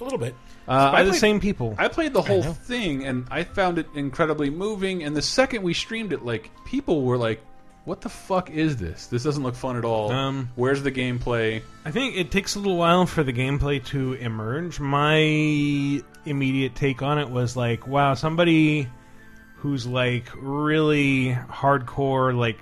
B: A little bit.
C: Uh,
A: by
C: I
A: the
C: played-
A: same people.
C: I played the
A: I
C: whole
A: know.
C: thing and I found it incredibly moving. And the second we streamed it, like people were like, "What the fuck is this? This doesn't look fun at all.
A: Um,
C: Where's the gameplay?"
A: I think it takes a little while for the gameplay to emerge. My immediate take on it was like, wow, somebody who's like really hardcore, like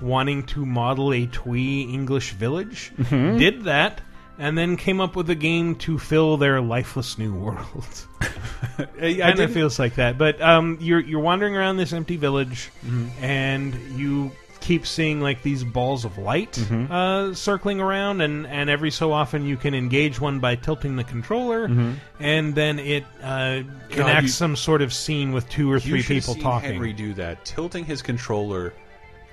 A: wanting to model a twee English village,
C: Mhm.
A: did that. And then came up with a game to fill their lifeless new world.
C: I
A: kind of
C: didn't-
A: feels like that, but um, you're you're wandering around this empty village,
C: Mhm.
A: and you keep seeing like these balls of light
C: Mhm.
A: uh, circling around, and, and every so often you can engage one by tilting the controller,
C: Mhm.
A: and then it uh,
C: God,
A: enacts
C: you-
A: some sort of scene with two or
C: You
A: three
C: should have
A: people
C: seen
A: talking.
C: Henry do that, tilting his controller,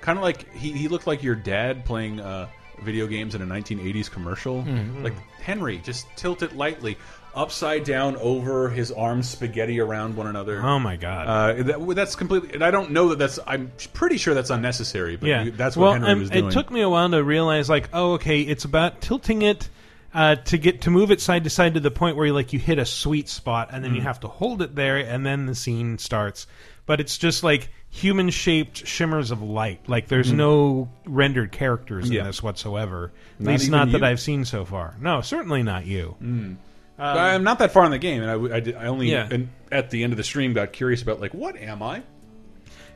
C: kind of like he, he looked like your dad playing uh, video games in a 1980s commercial.
A: Mm-hmm.
B: Mhm.
C: Like Henry, just tilt it lightly, upside down over his arms, spaghetti around one another.
A: Oh my god!
C: Uh, that, that's completely, and I don't know that that's. I'm pretty sure that's unnecessary, but
A: yeah,
C: you- that's
A: well,
C: what Henry
A: um,
C: was doing.
A: It took me a while to realize, like, oh, okay, it's about tilting it uh, to get to move it side to side to the point where you like you hit a sweet spot, and then you
C: Mm.
A: have to hold it there, and then the scene starts. But it's just like human shaped shimmers of light. Like there's
C: Mm.
A: no rendered characters
C: Yeah.
A: in this whatsoever. At
C: Not
A: least
C: even
A: not that
C: you?
A: I've seen so far. No, certainly not you.
C: Mm. But I'm not that far in the game, and I w- I, did- I only
A: Yeah.
C: and at the end of the stream got curious about like what am I?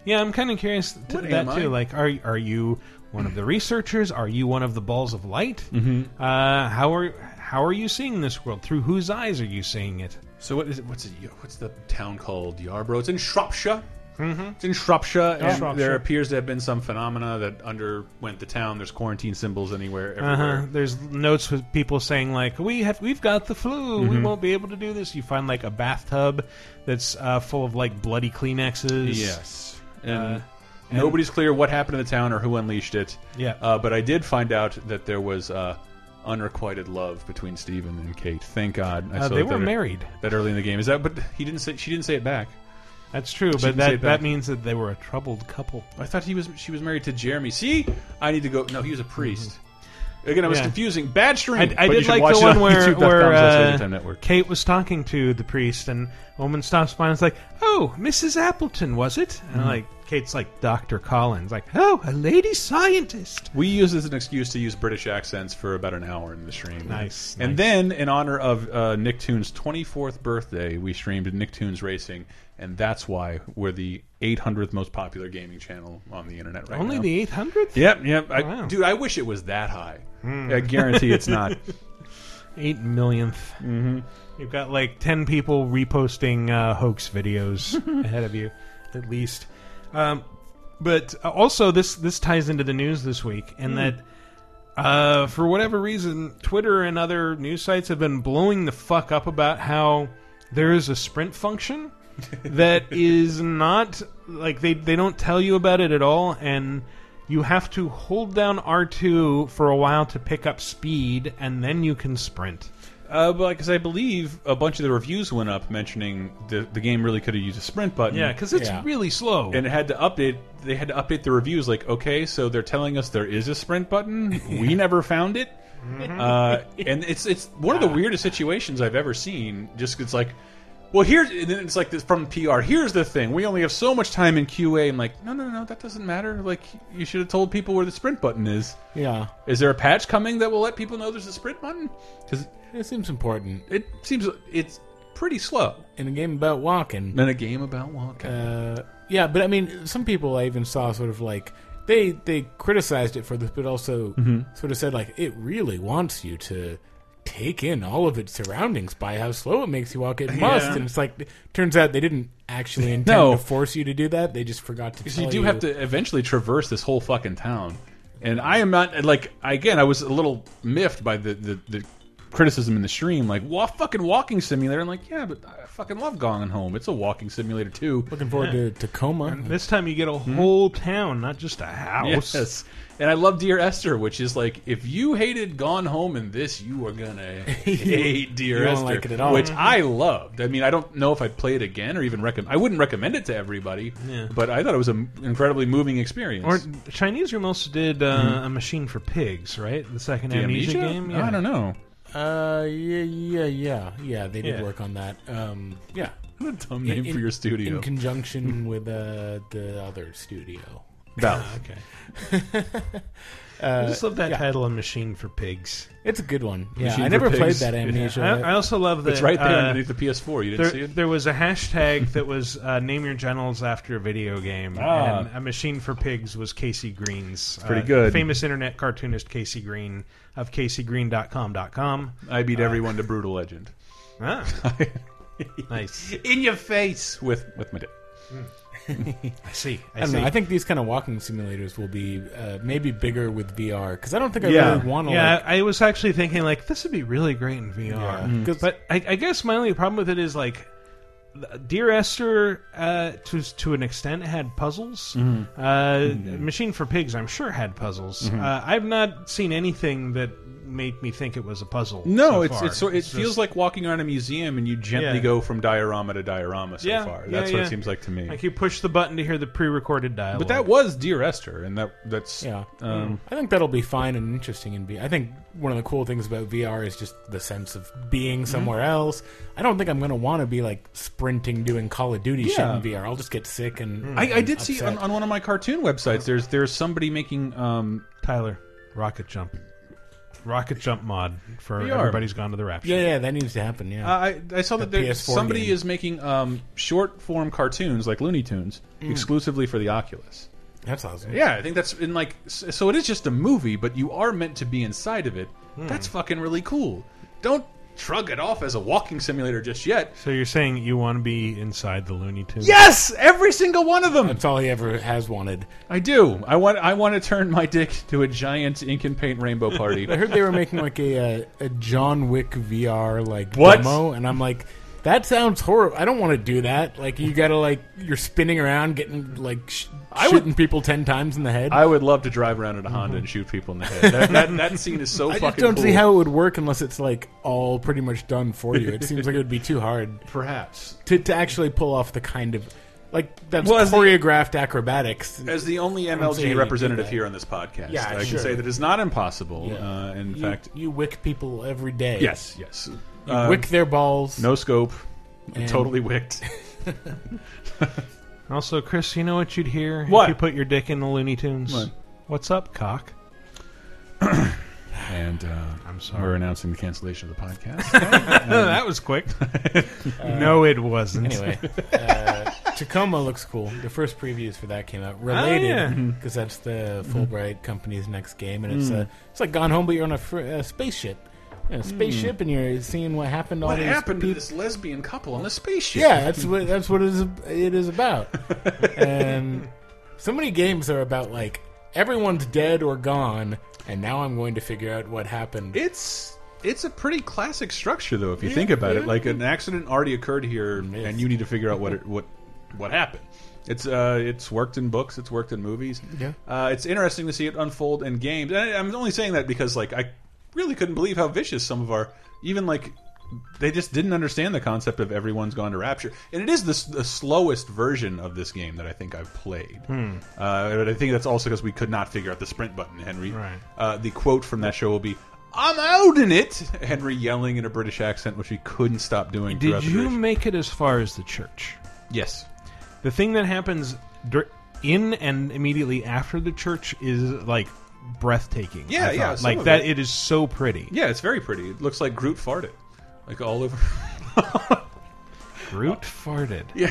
A: Yeah, I'm kind of curious to
C: What
A: that
C: am
A: too.
C: I?
A: Like, are are you one of the researchers? Are you one of the balls of light?
C: Mhm.
A: Uh, how are How are you seeing this world? Through whose eyes are you seeing it?
C: So what is it? What's it? What's the town called? Yarbrough. It's in Shropshire.
A: Mhm.
C: It's in Shropshire,
A: Yeah.
C: and
A: Shropshire.
C: there appears to have been some phenomena that underwent the town. There's quarantine symbols anywhere, everywhere.
A: Uh-huh. There's notes with people saying like, "We have, we've got the flu. We
C: Mhm.
A: won't be able to do this." You find like a bathtub that's uh, full of like bloody Kleenexes.
C: Yes. And
A: Uh, and-
C: nobody's clear what happened in the town or who unleashed it.
A: Yeah.
C: Uh, but I did find out that there was uh, unrequited love between Stephen and Kate. Thank God. I
A: Uh,
C: saw
A: they
C: that
A: were
C: that-
A: married.
C: that early in the game. Is that? But he didn't say. She didn't say it back.
A: That's true,
C: She
A: but
C: didn't say
A: that
C: it back.
A: that means that they were a troubled couple.
C: I thought he was. She was married to Jeremy. See, I need to go. No, he was a priest. Again, I was
A: Mm-hmm. Yeah.
C: confusing. Bad stream.
A: I, I
C: but you
A: did
C: should
A: like
C: watch
A: the
C: it
A: one
C: on
A: where,
C: YouTube.com
A: where
C: slash
A: uh,
C: Overtime Network.
A: Kate was talking to the priest, and a woman stops by and is like, "Oh, Mrs. Appleton, was it?" And
C: Mhm.
A: like Kate's like, "Doctor Collins," like, "Oh, a lady scientist."
C: We use this as an excuse to use British accents for about an hour in the stream.
A: Nice,
C: And
A: nice.
C: then, in honor of uh, Nicktoon's 24th birthday, we streamed Nicktoon's Racing, and that's why we're the 800th most popular gaming channel on the internet right
A: Only
C: now.
A: the 800th?
C: Yep, yep. I,
A: Wow.
C: Dude, I wish it was that high.
A: Hmm.
C: I guarantee it's not.
A: Eight millionth.
C: Mm-hmm.
A: You've got like ten people reposting uh, hoax videos ahead of you, at least. Um, but uh, also, this this ties into the news this week, in
C: Hmm.
A: that uh, for whatever reason, Twitter and other news sites have been blowing the fuck up about how there is a sprint function that is not like they they don't tell you about it at all, and you have to hold down R two for a while to pick up speed, and then you can sprint.
C: Uh, but because I believe a bunch of the reviews went up mentioning the the game really could have used a sprint button.
A: Yeah, 'cause it's Yeah. really slow.
C: And it had to update. They had to update the reviews. Like, okay, so they're telling us there is a sprint button. We never found it.
A: Mhm.
C: Uh, and it's it's one of the weirdest situations I've ever seen. Just it's like, well, here's and then it's like this from PR. Here's the thing: we only have so much time in QA. I'm like, no, no, no, that doesn't matter. Like, you should have told people where the sprint button is.
B: Yeah.
C: Is there a patch coming that will let people know there's a sprint button? Because
B: it seems important.
C: It seems it's pretty slow
B: in a game about walking.
C: In a game about walking.
B: Uh, yeah, but I mean, some people I even saw sort of like they they criticized it for this, but also
C: Mhm.
B: sort of said like it really wants you to take in all of its surroundings by how slow it makes you walk. It must,
C: Yeah.
B: and it's like turns out they didn't actually intend
C: No.
B: to force you to do that. They just forgot to.
C: Because
B: tell
C: you do have to eventually traverse this whole fucking town. And I am not like again, I was a little miffed by the the, the criticism in the stream, like wa fucking walking simulator. And like, yeah, but I fucking love Gone Home. It's a walking simulator too.
B: Looking forward to Tacoma.
A: And this time you get a whole town, not just a house.
C: Hmm? Yes. And I love Dear Esther, which is like if you hated Gone Home and this, you are gonna hate Dear
B: You won't
C: Esther,
B: like it at all.
C: which I loved. I mean, I don't know if I'd play it again or even recommend. I wouldn't recommend it to everybody,
A: Yeah.
C: but I thought it was an incredibly moving experience.
A: Or the Chinese room also did uh,
C: Mhm.
A: a machine for pigs, right? The second
C: The
A: amnesia,
C: Amnesia?
A: game.
C: I don't know.
B: Uh, yeah, yeah, yeah, yeah. They did
A: Yeah.
B: work on that. Um, yeah.
C: What a dumb name for your studio.
B: In conjunction with uh, the other studio.
C: Valve.
B: okay.
A: I just love that title, "A Machine for Pigs."
B: It's a good one. Yeah,
A: Machine
B: I
A: for
B: never
A: Pigs.
B: played that Amnesia.
A: Yeah. I, I also love that
C: It's right there
A: uh,
C: underneath the PS4. You didn't
A: there,
C: see it?
A: There was a hashtag that was uh, "Name Your Genitals After a Video Game,"
C: Ah.
A: and "A Machine for Pigs" was Casey Green's uh,
C: Pretty good.
A: famous internet cartoonist Casey Green of CaseyGreen.com.com.
C: I beat everyone to Brutal Legend.
A: Ah. nice.
C: In your face with with my dick.
A: I see.
B: I,
A: I,
B: don't
A: see.
B: know. I think these kind of walking simulators will be uh, maybe bigger with VR because I don't think I really want to.
A: Yeah,
B: like,
A: I I was actually thinking like this would be really great in VR.
B: Yeah. Mm. 'Cause-
A: But I, I guess my only problem with it is like, th- Dear Esther, uh, to to an extent, had puzzles.
C: Mhm.
A: Uh, Machine for Pigs, I'm sure, had puzzles.
C: Mhm.
A: Uh, I've not seen anything that made me think it was a puzzle.
C: No,
A: so
C: it's
A: far.
C: it's so it feels
A: just-
C: like walking around a museum and you gently
A: Yeah.
C: go from diorama to diorama so
A: yeah,
C: far.
A: yeah,
C: That's what
A: yeah.
C: it seems like to me.
A: Like you push the button to hear the pre-recorded dialogue.
C: but that was Dear Esther, and that that's
B: yeah.
C: Um,
B: I think that'll be fine and interesting and be. I think one of the cool things about VR is just the sense of being
C: Mm-hmm.
B: somewhere else. I don't think I'm going to want to be like sprinting doing Call of Duty
C: Yeah.
B: shit in VR. I'll just get sick and.
C: I, I
B: and
C: did see on,
B: upset.
C: on one of my cartoon websites. There's there's somebody making um,
A: Tyler rocket jump, rocket jump mod for
C: VR.
A: everybody's gone to the rapture.
B: Yeah, yeah, that needs to happen. Yeah.
C: Uh, I, I saw that
B: The
C: there,
B: PS4
C: somebody
B: game.
C: is making um, short form cartoons like Looney Tunes
B: Mm.
C: exclusively for the Oculus.
B: That's awesome.
C: Yeah, I think that's in like s- so. It is just a movie, but you are meant to be inside of it.
B: Hmm.
C: That's fucking really cool. Don't shrug it off as a walking simulator just yet.
A: So you're saying you want to be inside the Looney Tunes?
C: Yes, every single one of them. That's
B: all he ever has wanted.
C: I do. I want. I want to turn my dick to a giant ink and paint rainbow party.
B: I heard they were making like a uh, a John Wick VR like
C: What?
B: demo, and I'm like, that sounds horrible. I don't want to do that. Like you gotta like you're spinning around, getting like sh- shooting people ten times in the head.
C: I would love to drive around in a Honda and shoot people in the head. That, that, that scene is so
B: Mm-hmm. I
C: fucking.
B: just don't see
C: cool.
B: how it would work unless it's like all pretty much done for you. It seems like it would be too hard,
C: perhaps,
B: to, to actually pull off the kind of like that's
C: Well, as the-
B: choreographed acrobatics.
C: As the only
B: I don't see how
C: MLG
B: you do
C: representative
B: that.
C: here on this podcast,
B: Yeah,
C: I can
B: sure.
C: say that it's not impossible. Uh, in
B: You-
C: fact,
B: you wick people every day.
C: yes, yes.
B: You
C: Um,
B: wick their balls.
C: No scope.
B: And-
C: Totally wicked.
A: Also, Chris, you know what you'd hear
C: What?
A: if you put your dick in the Looney Tunes?
C: What?
A: What's up, cock?
C: and uh,
A: I'm sorry.
C: We're announcing the cancellation of the podcast.
A: that was quick. no, it wasn't.
B: Anyway, uh, Tacoma looks cool. The first previews for that came
C: Oh,
B: out.
A: yeah.
B: Related,
A: Mhm.
B: because that's the
C: Mm-hmm.
B: Fulbright company's next game, and it's
A: Mm.
B: uh, it's like Gone Home, but you're on a, fr- uh spaceship, you know, spaceship, and you're seeing what happened. to all
C: what
B: these
C: happened to
B: peop-
C: this lesbian couple on the spaceship?
B: Yeah, that's what that's what it is, it is about. and so many games are about like everyone's dead or gone, and now I'm going to figure out what happened.
C: It's it's a pretty classic structure, though, if you think about it. Like an accident already occurred here, and you need to figure out what it, what what happened. It's uh, it's worked in books, it's worked in movies.
B: Yeah.
C: uh, it's interesting to see it unfold in games. And I, I'm only saying that because like I really couldn't believe how vicious some of our even like they just didn't understand the concept of everyone's gone to rapture. And it is the, s- the slowest version of this game that I think I've played.
A: Hmm.
C: Uh, but I think that's also because we could not figure out the sprint button, Henry.
A: Right.
C: Uh, the quote from that show will be, "I'm out in it," Henry yelling in a British accent, which he couldn't stop doing.
A: Did
C: throughout the
A: you
C: duration.
A: make it as far as the church?
C: Yes.
A: The thing that happens dur- in and immediately after the church is like breathtaking.
C: Yeah,
A: I
C: yeah,
A: thought.
C: some
A: Like
C: of
A: that,
C: it.
A: it is so pretty.
C: Yeah, it's very pretty. It looks like Groot farted, like all over.
A: Groot farted.
C: Yeah.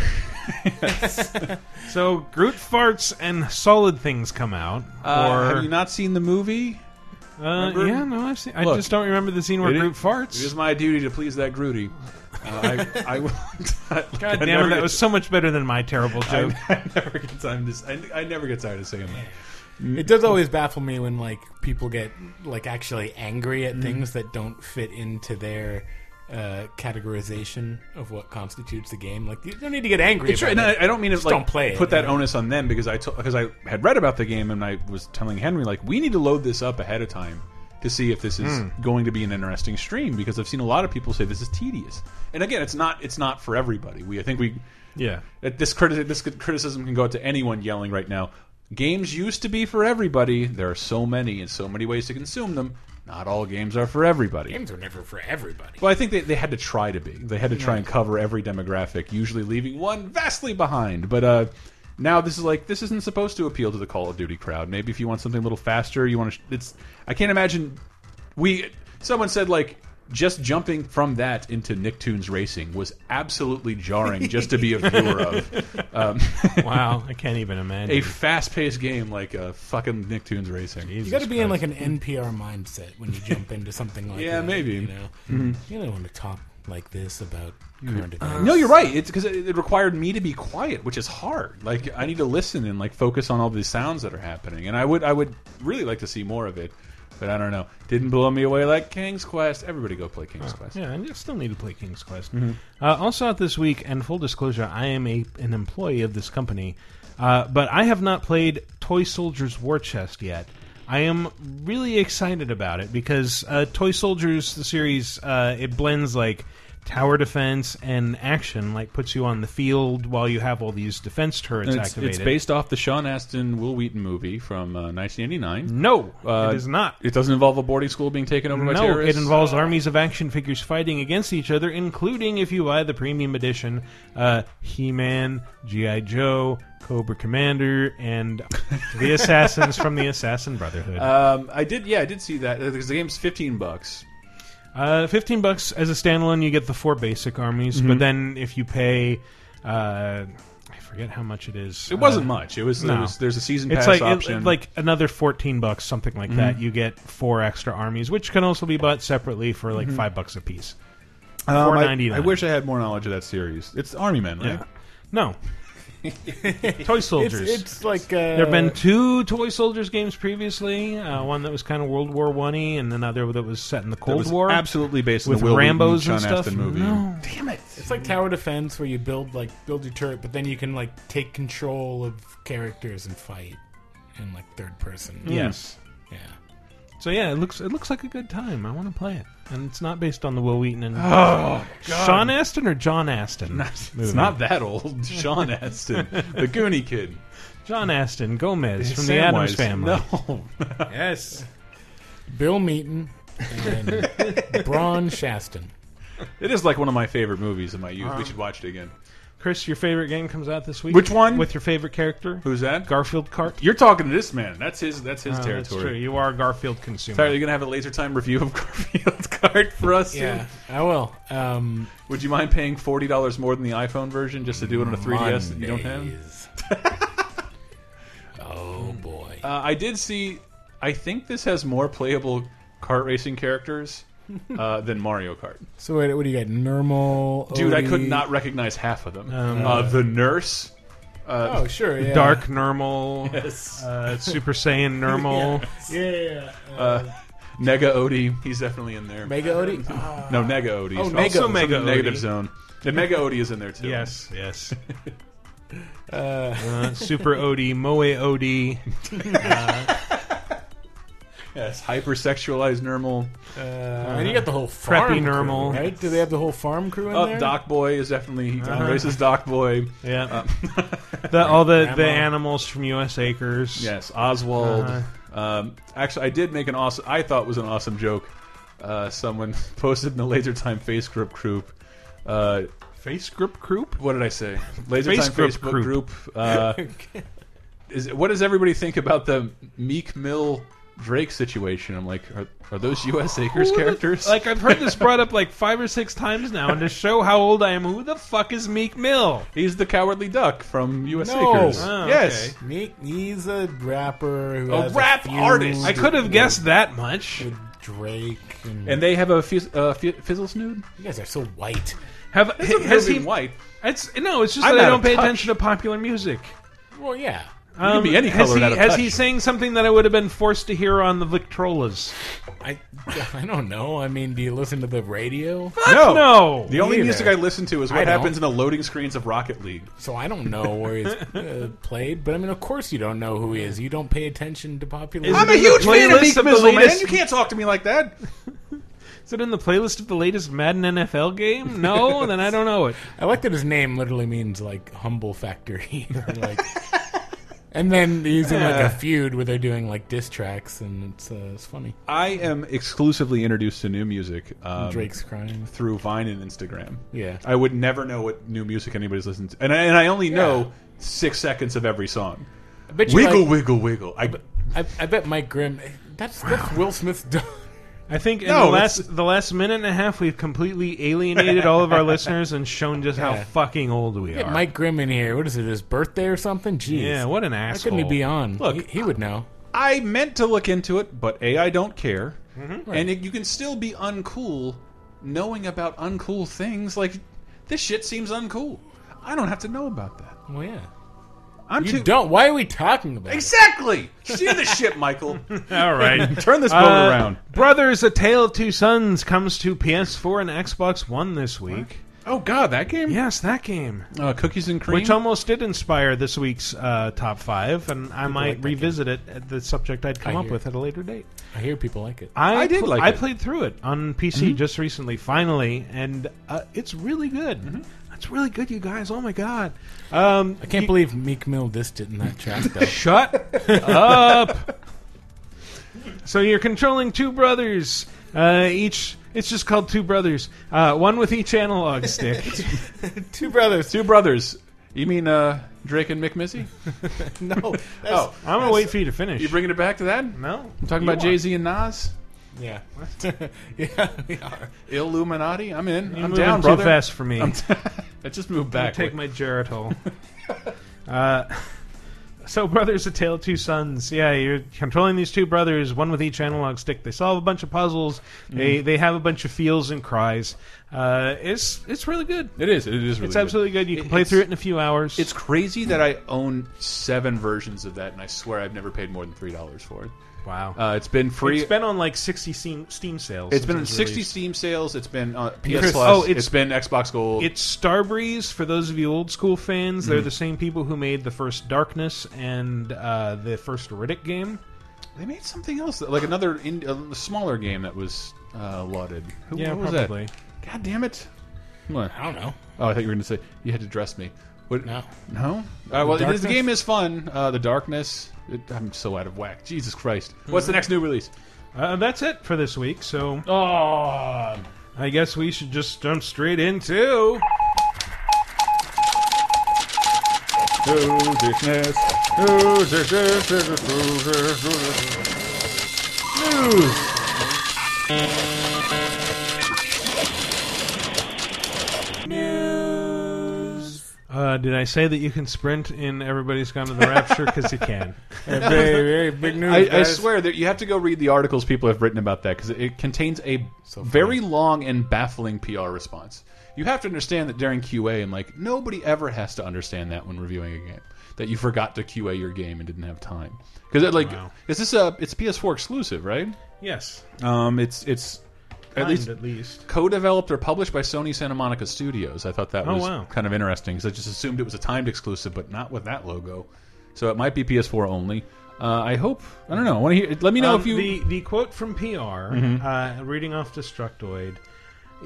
A: so Groot farts and solid things come out.
C: Uh,
A: or
C: have you not seen the movie?
A: uh,
C: Remember?
A: yeah, no, I've seen. I
C: Look,
A: just don't remember the scene where
C: it is-
A: Groot farts.
C: It is my duty to please that Grooty. Uh, I, I, God
A: God damn it, that was so much better than my terrible joke.
C: I, I never get time to. s- I, I never get tired of saying that.
B: It does always baffle me when like people get like actually angry
C: Mm-hmm.
B: at things that don't fit into their uh, categorization of what constitutes the game. Like you don't need to get angry.
C: It's right,
B: about
C: and
B: it.
C: I, I don't mean to
B: Just
C: like
B: don't play it.
C: put that
B: you know?
C: onus on them because I because I had read about the game and I was telling Henry like we need to load this up ahead of time to see if this is
B: Hmm.
A: Mm.
C: going to be an interesting stream because I've seen a lot of people say this is tedious and again it's not it's not for everybody. We I think we
A: Yeah.
C: that this criti this criticism can go out to anyone yelling right now. Games used to be for everybody. There are so many and so many ways to consume them. Not all games are for everybody.
B: Games are never for everybody.
C: Well, I think they, they had to try to be. They had to try and cover every demographic, usually leaving one vastly behind. But uh, now this is like this isn't supposed to appeal to the Call of Duty crowd. Maybe if you want something a little faster, you want to. It's I can't imagine we. Someone said like just jumping from that into Nicktoons Racing was absolutely jarring just to be a viewer of. Um,
A: wow, I can't even imagine.
C: a fast-paced game like uh, fucking Nicktoons Racing.
B: You got to be in like an NPR mindset when you jump into something like
C: Yeah,
B: that,
C: maybe.
B: you know
C: Mhm.
B: you don't want to talk like this about current events.
C: Mm-hmm. Uh, No, you're right. It's because it, it required me to be quiet, which is hard. Like I need to listen and like focus on all the sounds that are happening. And I would, I would really like to see more of it, but I don't know. Didn't blow me away like King's Quest. Everybody go play King's Quest.
A: Yeah, and you still need to play King's Quest. Uh, also out this week, and full disclosure, I am a an employee of this company, uh, but I have not played Toy Soldiers War Chest yet. I am really excited about it because uh, Toy Soldiers, the series, uh, it blends like tower defense and action, like puts you on the field while you have all these defense turrets
C: And It's, it's
A: activated.
C: based off the Sean Astin Will Wheaton movie from uh, 1989.
A: No,
C: Uh,
A: it is not.
C: It doesn't involve a boarding school being taken over by
A: no,
C: terrorists.
A: it involves armies of action figures fighting against each other, including if you buy the premium edition, uh, He-Man, GI Joe, Cobra Commander, and the assassins from the Assassin Brotherhood. Uh,
C: Um, I did, yeah, I did see that because the game's 15 bucks.
A: Fifteen bucks
C: Mhm.
A: as a standalone, you get the four basic armies, but then if you pay, uh, I forget how much it is.
C: It wasn't much. It was- it was- there's a season
A: Uh, it's
C: pass
A: like,
C: option.
A: like another fourteen bucks, something like that.
C: Mhm.
A: You get four extra armies, which can also be bought separately for like
C: Mhm.
A: five bucks a piece.
C: Um,
A: Four
C: I-
A: ninety.
C: I, wish I had more knowledge of that series. It's Army Men, right?
A: Yeah. No. Toy Soldiers.
B: It's, it's like uh,
A: there have been two Toy Soldiers games previously. Uh, one that was kind of World War One y, and another that was set in the Cold
C: was
A: War.
C: absolutely based on
A: with
C: the Will Wheaton,
A: Rambo's and
C: Sean
A: stuff.
C: Astin movie.
A: No.
B: Damn it! It's like tower defense where you build like build your turret, but then you can like take control of characters and fight in like third person.
A: Yes.
B: Yeah.
A: So yeah, it looks it looks like a good time. I want to play it, and it's not based on the Will Wheaton and
C: Oh, God.
A: Sean Astin or John Astin.
C: It's not that old. Sean Astin, the Goonie kid.
A: John Astin Gomez
C: It's
A: from the Adams
C: Samwise.
A: family.
C: No.
B: yes. Bill Meaton and Braun Shaston.
C: It is like one of my favorite movies of my youth.
A: Uh-huh.
C: we should watch it again.
A: Chris, your favorite game comes out this week.
C: Which one?
A: With your favorite character?
C: Who's that?
A: Garfield Cart.
C: You're talking to this man. That's his. That's his
A: Oh,
C: territory.
A: That's true. You are a Garfield consumer.
C: Tyler, you're gonna have a laser time review of Garfield card for us. soon?
B: Yeah, I will. Oh, Um,
C: Would you mind paying forty dollars more than the iPhone version just to do it on a 3DS that you don't have?
B: oh boy!
C: Uh, I did see. I think this has more playable kart racing characters uh, than Mario Kart.
B: So wait, what do you got? Normal
C: Dude, I
B: Odie-
C: could not recognize half of them.
A: Um,
C: uh, the nurse. Uh,
B: Oh, sure, yeah.
A: Dark Normal.
C: Yes.
A: Uh, Super Saiyan Normal.
B: Yeah.
C: Uh, Nega Odie. He's definitely in there.
B: Mega Odie?
C: no, Nega Odie.
B: Oh,
C: He's
B: Nega
C: also
B: Odie.
C: Mega
B: Odie.
C: Negative Zone. The Mega Odie is in there too.
A: Yes. Yes.
B: Uh,
A: Uh, Super Odie, Moe Odie.
C: Yes. Hypersexualized Normal.
B: Uh, and you got the whole farm
A: Preppy
B: crew,
A: normal.
B: right? Do they have the whole farm crew in
C: Uh,
B: there?
C: Doc Boy is definitely he
A: Uh-huh.
C: races Doc Boy.
A: Yeah.
C: Uh,
A: The, all the, the
B: Grandma.
A: animals from U.S. Acres.
C: yes, Oswald.
A: Uh-huh.
C: Um, actually, I did make an awesome. I thought was an awesome joke. Uh, someone posted in the Laser Time Face Group group. Uh,
A: Face Grip Croup?
C: what did I say? Laser
A: Face
C: Time
A: Group
C: Facebook
A: group.
C: group. uh, is what does everybody think about the Meek Mill Drake situation? I'm like, are, are those U.S. Acres
A: Who the-
C: characters?
A: Like I've heard this brought up like five or six times now, and to show how old I am, who the fuck is Meek Mill?
C: He's the Cowardly Duck from U.S.
B: No.
C: Acres.
A: Oh,
C: yes.
A: okay.
B: Meek, he's a rapper. Who
C: A
B: has
C: rap
B: feud
C: artist.
A: I could have guessed that much.
B: with Drake. And,
C: And they have a fizz, uh, fi- fizzle snood.
B: you guys are so white.
A: Have has he?
C: Ruben White?
A: It's no. It's just
C: I'm
A: that I
C: out
A: don't
C: of
A: pay
C: touch.
A: attention to popular music.
B: Well, yeah.
A: Um,
C: be any
A: has
C: color
A: he,
C: and out of
A: has
C: touch.
A: he saying something that I would have been forced to hear on the Victrolas?
B: I I don't know. I mean, do you listen to the radio?
A: no.
C: No, Oh. The only
B: Me
C: music I
B: either.
C: listen to is
B: I
C: what
B: don't.
C: happens in the loading screens of Rocket League.
B: So I don't know where he's uh, played, but I mean, of course you don't know who he is. You don't pay attention to popular.
A: Is it in the playlist of the latest-
C: can't talk to me like that.
A: Is it in the playlist of the latest Madden NFL game? No, then I don't know it.
B: I like that his name literally means like humble factory, or, like. And then he's in like a feud where they're doing like diss tracks, and it's uh, it's funny.
C: I am exclusively introduced to new music um,
B: Drake's crying.
C: through Vine and Instagram.
B: Yeah.
C: I would never know what new music anybody's listening to, and I, and I only know six seconds of every song.
B: I bet you,
C: Wiggle,
B: like-
C: wiggle, wiggle. I,
B: I, I bet Mike Grimm. That's that's Will Smith's dog.
A: I think in
C: No,
A: the
C: it's-
A: last the last minute and a half, we've completely alienated all of our listeners and shown just how
B: Yeah.
A: fucking old we
B: Get
A: are.
B: Mike Grimm in here. What is it? His birthday or something? Jeez.
A: yeah, what an
B: Why
A: asshole!
B: couldn't he be on?
C: Look,
B: he, he would know.
C: I meant to look into it, but a I don't care, and it, you can still be uncool, knowing about uncool things. Like this shit seems uncool. I don't have to know about that.
B: Well, yeah.
C: I'm
B: You
C: too
B: don't. Why are we talking about? it?
C: exactly. Steer the ship, Michael.
A: All right.
C: Turn this boat
A: Uh,
C: around.
A: Brothers: A Tale of Two Sons comes to PS4 and Xbox One this week.
C: Oh God, that game.
A: Yes, that game,
C: Uh, cookies and cream.
A: which almost did inspire this week's uh, top five, and I might
B: that
A: revisit it at the subject I'd come
B: I
A: up
B: hear.
A: with at a later date.
B: I hear people like it.
A: I,
C: I did
A: pl-
C: like
A: I
C: it.
A: played through it on PC just recently, finally, and uh, it's really good. It's really good, you guys. Oh my god! Um,
B: I can't believe Meek Mill dissed it in that track though.
A: Shut up. So you're controlling two brothers. Uh, each it's just called two brothers. Uh, one with each analog stick.
B: Two brothers.
C: Two brothers. You mean uh, Drake and Mick Mizzy?
B: No. That's,
C: Oh,
A: I'm gonna wait for you to finish.
C: you bringing it back to that?
A: no,
C: I'm talking about Jay Z and Nas.
B: Yeah. yeah. We are.
C: Illuminati. I'm in.
A: I'm
C: I'm
A: moving
C: down,
A: too
C: brother.
A: fast for me.
C: I'm t- I just moved
A: I
C: back.
A: take my Geritol. Uh, so, Brothers: A Tale of Two Sons. Yeah, you're controlling these two brothers, one with each analog stick. They solve a bunch of puzzles. They
C: Mhm.
A: they have a bunch of feels and cries. Uh, it's it's really good.
C: It is. It is. Really
A: it's absolutely good. You can play through it in a few hours.
C: It's crazy that I own seven versions of that, and I swear I've never paid more than three dollars for it.
A: Wow.
C: Uh, it's been free.
A: It's been on like sixty Steam, Steam sales.
C: It's been
A: since was
C: in 60
A: released.
C: Steam sales. It's been uh, PS
A: Chris-
C: Plus.
A: oh, it's-
C: it's been Xbox Gold.
A: It's Starbreeze for those of you old school fans. They're
C: Mhm.
A: the same people who made the first Darkness and uh, the first Riddick game.
C: They made something else, like another in, a smaller game that was uh, lauded. Who,
A: Yeah,
C: what was
A: probably.
C: that? God damn it! What?
B: I don't know.
C: Oh, I thought you were going to say you had to dress me. What?
B: No.
C: No. All right, well, it is, the game is fun. Uh, the darkness. It, I'm so out of whack. Jesus Christ! What's the next new release?
A: Uh, that's it for this week. So,
C: oh,
A: I guess we should just jump straight into.
C: Newsishness.
A: News. Uh, did I say that you can sprint in Everybody's Gone to the Rapture? Because you can.
C: I, I swear that you have to go read the articles people have written about that because it, it contains a very long and baffling PR response. You have to understand that during QA and like nobody ever has to understand that when reviewing a game that you forgot to QA your game and didn't have time because like
A: Wow.
C: is this a it's PS4 exclusive right?
A: Yes.
C: Um, it's it's at
A: Kind,
C: least
A: at least.
C: co-developed or published by Sony Santa Monica Studios. I thought that
A: Oh,
C: was
A: wow.
C: kind of interesting because I just assumed it was a timed exclusive, but not with that logo. So it might be PS4 only. Uh, I hope. I don't know. I want to hear. Let me know
A: Um,
C: if you.
A: The, the quote from PR,
C: Mhm.
A: uh, reading off Destructoid,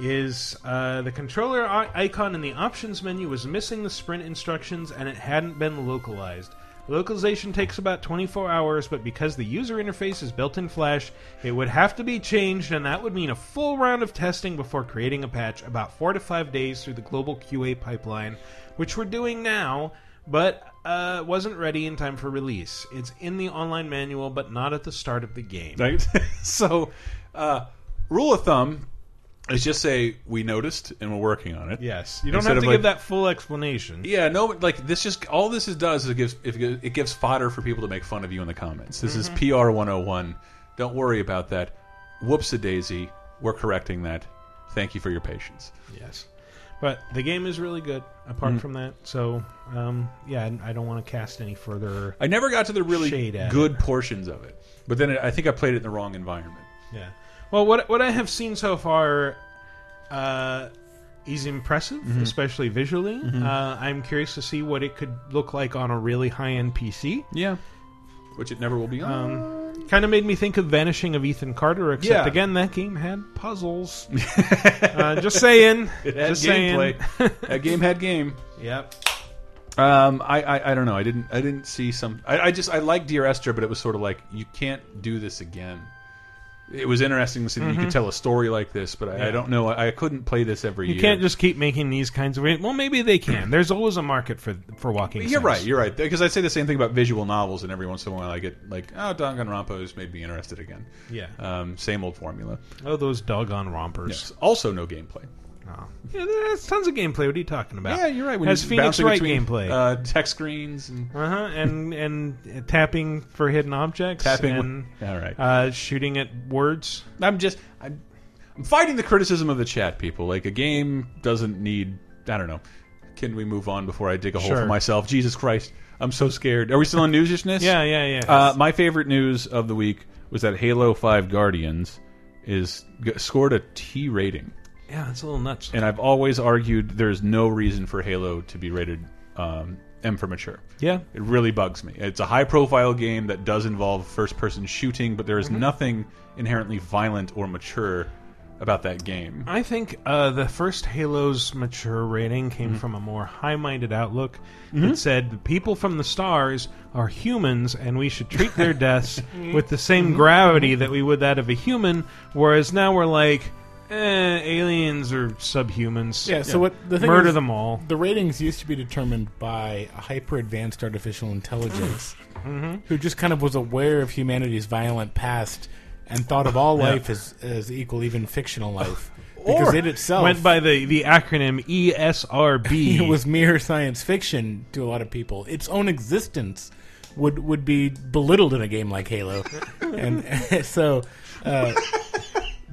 A: is uh, the controller i- icon in the options menu was missing the sprint instructions and it hadn't been localized. Localization takes about 24 hours, but because the user interface is built in Flash, it would have to be changed, and that would mean a full round of testing before creating a patch, about four to five days through the global QA pipeline, which we're doing now but uh, wasn't ready in time for release. It's in the online manual, but not at the start of the game.
C: Right. so, uh, rule of thumb is just say we noticed and we're working on it.
A: Yes, you don't
C: Instead
A: have
C: of,
A: to
C: like,
A: give that full explanation.
C: Yeah, no, like this just all this is does is it gives it gives- it gives fodder for people to make fun of you in the comments. This
A: Mhm.
C: is PR 101. Don't worry about that. Whoops a daisy. We're correcting that. Thank you for your patience.
A: Yes, but the game is really good. Apart
C: Mm.
A: from that, so um, yeah, I I don't want to cast any further.
C: I never got to the really
A: shade at
C: good
A: it.
C: portions of it, but then I think I played it in the wrong environment.
A: Yeah. Well, what what I have seen so far uh, is impressive,
C: Mhm.
A: especially visually.
C: Mhm.
A: Uh, I'm curious to see what it could look like on a really high end PC.
C: Yeah, which it never will be on.
A: Um, kind of made me think of Vanishing of Ethan Carter, except
C: Yeah.
A: again that game had puzzles. uh, just saying.
C: It had
A: just
C: gameplay.
A: saying.
C: that game had game.
A: Yep.
C: Um, I, I I don't know. I didn't I didn't see some. I, I just I like Dear Esther, but it was sort of like you can't do this again. It was interesting to see that you
A: Mhm.
C: could tell a story like this, but I, I
A: Yeah.
C: don't know. I, I couldn't play this every
A: You
C: year.
A: can't just keep making these kinds of. Well, maybe they can. There's always a market for for walking.
C: You're
A: sims.
C: right. You're right. Because I say the same thing about visual novels, and every once in a while I get like, oh, Danganronpa's made me interested again.
A: Yeah.
C: Um, same old formula.
A: Oh, those doggone rompers.
C: Yes. Also, no gameplay.
A: Yeah, there's tons of gameplay. What are you talking about?
C: Yeah, you're right. When
A: That's
C: you
A: Phoenix
C: bouncing
A: Wright
C: between,
A: gameplay.
C: uh, text screens, and
A: Uh-huh, and and uh, tapping for hidden objects,
C: Tapping
A: and
C: with- all right.
A: uh, shooting at words.
C: I'm just I'm, I'm fighting the criticism of the chat people. Like a game doesn't need. I don't know. Can we move on before I dig a hole
A: Sure.
C: for myself? Jesus Christ, I'm so scared. Are we still on newsishness?
A: Yeah, yeah, yeah.
C: Uh, my favorite news of the week was that Halo Five Guardians is g- scored a T rating,
A: Yeah, it's a little nuts.
C: and I've always argued there's no reason for Halo to be rated um, M for mature.
A: Yeah.
C: it really bugs me. It's a high profile game that does involve first person shooting, but there is nothing inherently violent or mature about that game.
A: I think uh, the first Halo's mature rating came
B: Mm-hmm.
A: from a more high minded outlook that said the people from the stars are humans and we should treat their deaths
B: Mm-hmm.
A: with the same gravity that we would that of a human, whereas now we're like, eh, aliens are subhumans.
B: Yeah, so what the thing
A: Murder
B: is,
A: them all.
B: The ratings used to be determined by a hyper advanced artificial intelligence
A: Mhm.
B: who just kind of was aware of humanity's violent past and thought of all
A: Yeah.
B: life as, as equal, even fictional life. because
A: Or
B: it itself
A: went by the, the acronym E ESRB.
C: Mm-hmm.
B: it was mere science fiction to a lot of people. Its own existence would would be belittled in a game like Halo, and, so uh,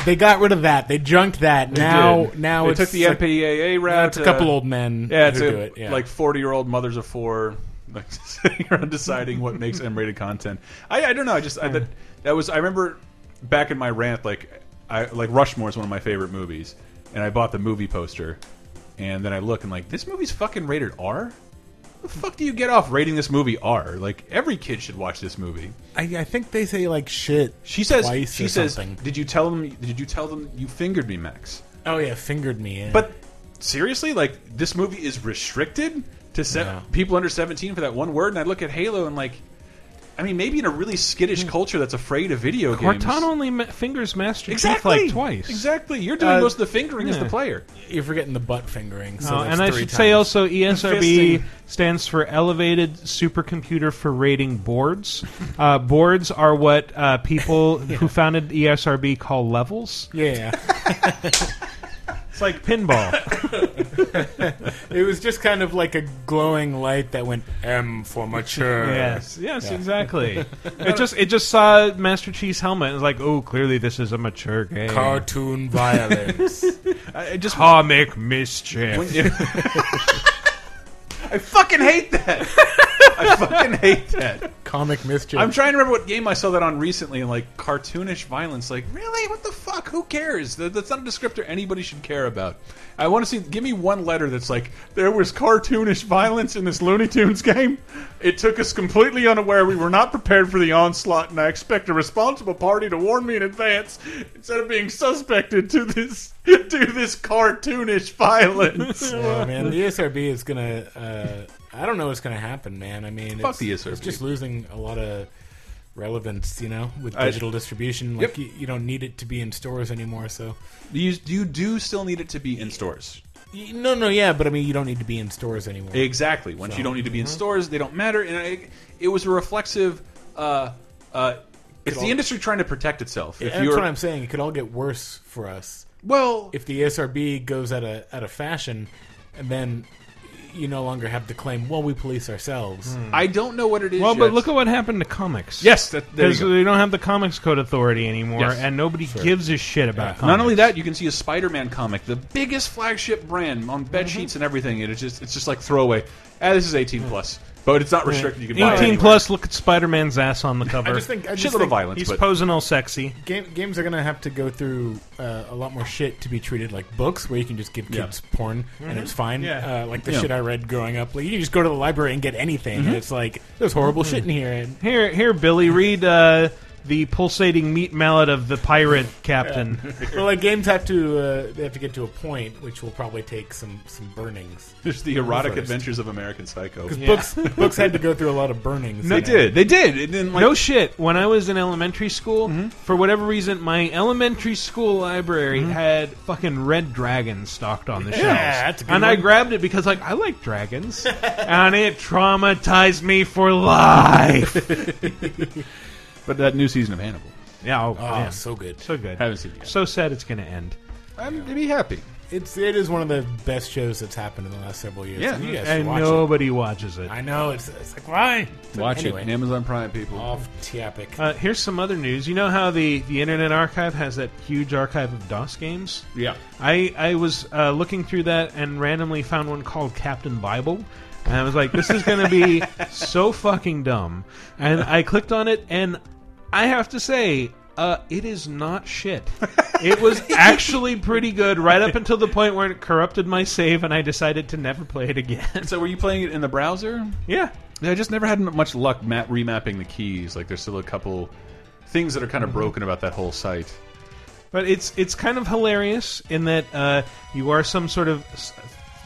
B: they got rid of that. They junked that.
C: They
B: now
C: did.
B: now
C: they
B: it's
C: took the
B: like-
C: MPAA route.
B: now It's a couple
C: uh,
B: old men.
C: Yeah,
B: who
C: it's a-
B: do it. Yeah.
C: like forty-year-old mothers of four, like sitting around deciding what makes M-rated content. I, I don't know. I just I, that
B: Hmm.
C: that was I remember back in my rant like I like Rushmore is one of my favorite movies, and I bought the movie poster, and then I look and like this movie's fucking rated R. The fuck do you get off rating this movie R? Like every kid should watch this movie.
B: I, I think they say like shit.
C: She says.
B: twice
C: she
B: or
C: says.
B: something.
C: Did you tell them? Did you tell them you fingered me, Max?
B: "Oh yeah, fingered me." Yeah.
C: But seriously, like this movie is restricted to se people under seventeen for that one word. And I look at Halo and like, I mean, maybe in a really skittish culture that's afraid of video games.
A: Hmm. Cortana only ma- fingers Master
C: Exactly.
A: Chief like twice.
C: Exactly. You're doing
B: Uh,
C: most of the fingering as the
A: yeah.
C: player.
B: you're forgetting the butt fingering. So
A: Oh,
B: that's
A: and I
B: three
A: should
B: times.
A: say also E ESRB
B: Fisting.
A: stands for Elevated Supercomputer for Rating Boards. Uh, boards are what uh, people who founded E ESRB call levels.
B: Yeah.
A: It's like pinball.
B: It was just kind of like a glowing light that went M for mature.
A: yes, yes,
B: Yeah.
A: exactly. It just it just saw Master Chief's helmet and was like, oh, clearly this is a mature game.
B: Cartoon violence.
C: I I just
A: Comic mischief.
C: When you- I fucking hate that. I fucking hate that.
B: Comic mischief.
C: I'm trying to remember what game I saw that on recently, and like cartoonish violence. Like, really? What the fuck? Who cares? That- That's not a descriptor anybody should care about. I want to see. Give me one letter that's like there was cartoonish violence in this Looney Tunes game. It took us completely unaware. We were not prepared for the onslaught, and I expect a responsible party to warn me in advance instead of being suspected to this to this cartoonish violence.
B: Yeah, Oh, man, the ESRB is gonna. Uh, I don't know what's gonna happen, man. I mean,
C: Fuck
B: it's,
C: the ESRB.
B: It's just losing a lot of relevance, you know, with
C: I-
B: digital distribution. Like
C: Yep.
B: you, you don't need it to be in stores anymore. So
C: You you do still need it to be in stores.
B: Y- no, no, yeah, but I mean, you don't need to be in stores anymore.
C: Exactly. Once you don't need to be in stores, they don't matter. And I, it was a reflexive. Uh, uh, it's the industry trying to protect itself. If
B: That's
C: you're
B: what I'm saying. It could all get worse for us
C: well,
B: if the ESRB goes out of out of fashion, and then you no longer have to claim, "Well, we police ourselves."
C: I don't know what it is.
A: well,
C: yet.
A: but look at what happened to comics.
C: yes, that, there you
A: Because
C: go.
A: we don't have the Comics Code Authority anymore,
C: Yes.
A: and nobody gives a shit about comics.
C: Not only that, you can see a Spider-Man comic, the biggest flagship brand on bed sheets and everything, and it's just it's just like throwaway. Ah, this is 18 plus, but it's not restricted. You can buy it
A: 18
C: anywhere.
A: plus, look at Spider Man's ass on the cover.
B: I just think I just
C: Shitload of
B: think
C: violence,
A: He's
C: but
A: posing all sexy.
B: Game, games are going to have to go through uh, a lot more shit to be treated like books, where you can just give
C: Yeah. Mm-hmm.
B: kids porn and it's fine.
A: Yeah.
B: Uh, like the
C: Yeah.
B: shit I read growing up, like you can just go to the library and get anything, and it's like there's horrible
C: Mm-hmm.
B: shit in here. And
A: Here, here, Billy, read uh, the pulsating meat mallet of the pirate captain.
B: well, like games have to uh, they have to get to a point, which will probably take some some burnings.
C: there's the erotic
B: First.
C: adventures of American Psycho.
B: Books books had to go through a lot of burnings.
C: They
B: you know.
C: did. They did. And then like
A: no shit. When I was in elementary school, for whatever reason, my elementary school library had fucking red dragons stocked on the shelves.
B: that's a good
A: and I
B: one.
A: grabbed it because like I like dragons, and it traumatized me for life.
C: But that new season of Hannibal,
A: yeah, oh,
B: Oh,
A: man.
B: so good.
A: so good.
C: I haven't seen it. Yet.
A: So sad it's gonna end.
C: I'm to be happy.
B: It's it is one of the best shows that's happened in the last several years.
C: Yeah.
B: and you guys should
A: and
B: watch it.
A: nobody watches it.
B: I know it's it's like why
C: Watch
B: anyway,
C: it on Amazon Prime, people.
B: Off topic.
A: Uh, here's some other news. You know how the, the Internet Archive has that huge archive of DOS games?
C: yeah.
A: I, I was uh, looking through that and randomly found one called Captain Bible. And I was like, this is going to be so fucking dumb. And I clicked on it, and I have to say, uh, it is not shit. It was actually pretty good right up until the point where it corrupted my save and I decided to never play it again.
C: So were you playing it in the browser?
A: yeah.
C: Yeah, I just never had m- much luck map remapping the keys. Like there's still a couple things that are kind of broken about that whole site.
A: But it's it's kind of hilarious in that uh, you are some sort of s-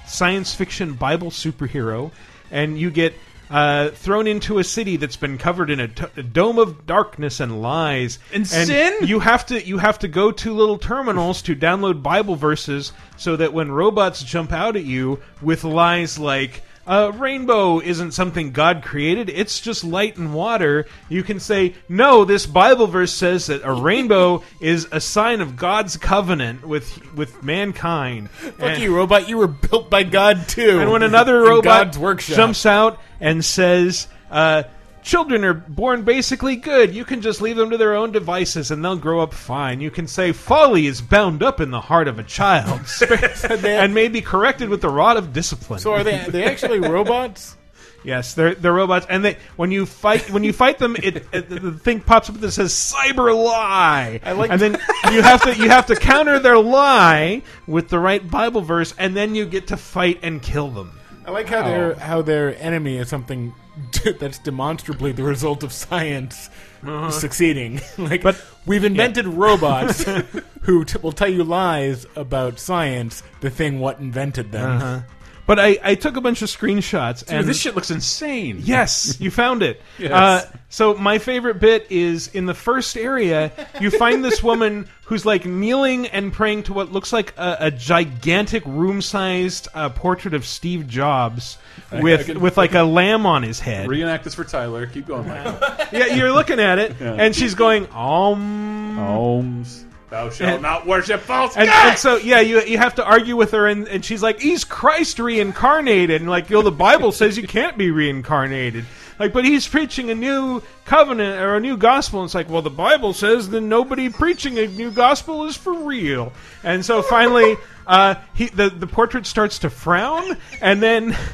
A: science fiction Bible superhero, and you get uh, thrown into a city that's been covered in a, t- a dome of darkness and lies
C: And sin?
A: You have to you have to go to little terminals to download Bible verses so that when robots jump out at you with lies like. uh, rainbow isn't something God created, it's just light and water. You can say, no, this Bible verse says that a rainbow is a sign of God's covenant with, with mankind.
B: Fuck you, robot. You were built by God too.
A: And when another
B: In
A: robot
B: God's workshop.
A: jumps out and says, uh, "Children are born basically good. You can just leave them to their own devices, and they'll grow up fine." You can say, "Folly is bound up in the heart of a child, and may be corrected with the rod of discipline."
B: so are they? Are they actually robots?
A: Yes, they're they're robots, and they when you fight when you fight them, it, it the thing pops up that says cyber lie, I
B: like-
A: and then you have to you have to counter their lie with the right Bible verse, and then you get to fight and kill them.
B: I like how
A: Wow.
B: their how their enemy is something that's demonstrably the result of science
A: Uh-huh.
B: succeeding. like, but we've invented robots who t- will tell you lies about science. The thing what invented them.
A: Uh-huh. But I, I took a bunch of screenshots. and
C: this shit looks insane.
A: Yes, you found it.
C: Yes.
A: uh, so my favorite bit is in the first area, you find this woman who's like kneeling and praying to what looks like a, a gigantic room-sized uh, portrait of Steve Jobs
C: I- I
A: with
C: can-
A: with like a lamb on his head.
C: Reenact this for Tyler. Keep going, Michael.
A: yeah, you're looking at it,
C: Yeah.
A: and she's going om
C: Ohms. Thou shalt
A: And-
C: not worship false
A: And, and
C: gods.
A: so, yeah, you you have to argue with her, and, and she's like, "He's Christ reincarnated," and like, you know, the Bible says you can't be reincarnated. Like, but he's preaching a new covenant or a new gospel, and it's like, well, the Bible says then nobody preaching a new gospel is for real. And so finally, uh, he the the portrait starts to frown, and then.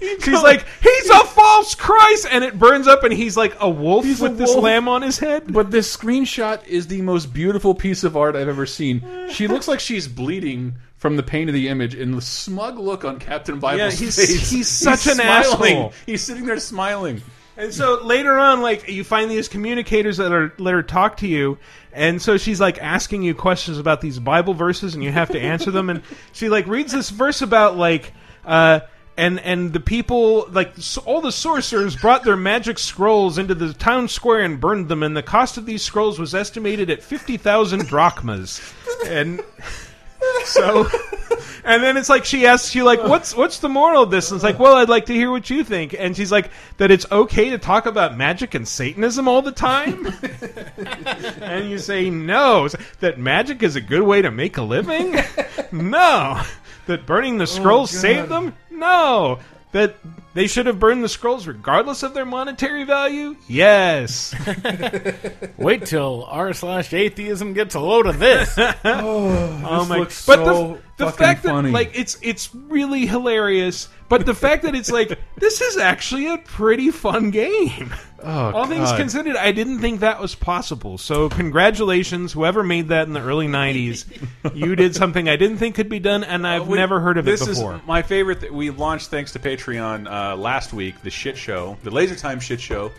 A: She's like, he's a false Christ, and it burns up, and he's like a wolf
C: He's a
A: with this
C: wolf.
A: lamb on his head.
C: But this screenshot is the most beautiful piece of art I've ever seen. She looks like she's bleeding from the pain of the image, and the smug look on Captain Bible's
A: Yeah, he's-
C: face.
A: he's such an
C: smiling.
A: asshole.
C: He's sitting there smiling.
A: And so later on, like you find these communicators that are let her talk to you, and so she's like asking you questions about these Bible verses, and you have to answer them. And she like reads this verse about like, uh, and and the people like s all the sorcerers brought their magic scrolls into the town square and burned them, and the cost of these scrolls was estimated at fifty thousand drachmas, and so. And then it's like she asks you like what's what's the moral of this? And it's like, well, I'd like to hear what you think. And she's like that it's okay to talk about magic and Satanism all the time. and you say no, It's- that magic is a good way to make a living. no, that burning the scrolls
B: God.
A: saved them. No, that they should have burned the scrolls regardless of their monetary value. Yes.
B: Wait till r slash atheism gets a load of this. oh,
A: But the, the fact that like it's it's really hilarious. But the fact that it's like this is actually a pretty fun game.
C: Oh,
A: All things
C: God.
A: considered, I didn't think that was possible. So congratulations, whoever made that in the early '90s. you did something I didn't think could be done, and I've
C: We-
A: never heard of
C: this
A: it before.
C: Is my favorite. That we launched thanks to Patreon uh, last week. The shit show, the Laser Time shit show.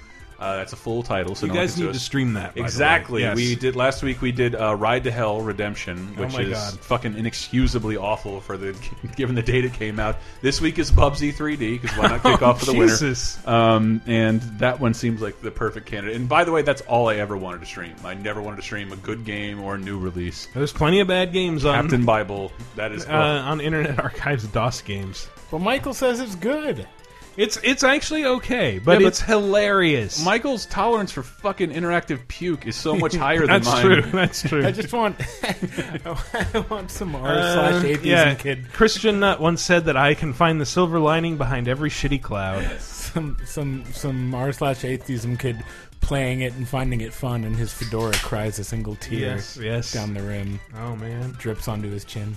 C: Uh, that's a full title. So
A: You
C: no one
A: guys
C: can sue
A: need to
C: us.
A: stream that, by the way.
C: exactly.
A: Yes.
C: We did last week. We did uh, Ride to Hell Redemption,
A: Oh
C: which
A: my
C: is
A: God.
C: fucking inexcusably awful for the given the date it came out. This week is Bubsy 3D because why not kick off for the winner?
A: Oh, Jesus.
C: Um, and that one seems like the perfect candidate. And by the way, that's all I ever wanted to stream. I never wanted to stream a good game or a new release.
A: There's plenty of bad games on
C: Captain Bible. That is
A: Um, uh, on Internet Archive's DOS games.
B: Well, Michael says it's good.
A: It's it's actually okay, but,
C: Yeah, but-
A: it's hilarious.
C: Michael's tolerance for fucking interactive puke is so much higher than
A: That's
C: mine.
A: true. That's true.
B: I just want, I want some r slash
A: Uh,
B: atheism
A: yeah.
B: kid.
A: Christian Nutt once said that I can find the silver lining behind every shitty cloud.
B: Some some some r slash atheism kid playing it and finding it fun, and his fedora cries a single tear
A: Yes, yes.
B: down the rim,
A: Oh man!
B: drips onto his chin.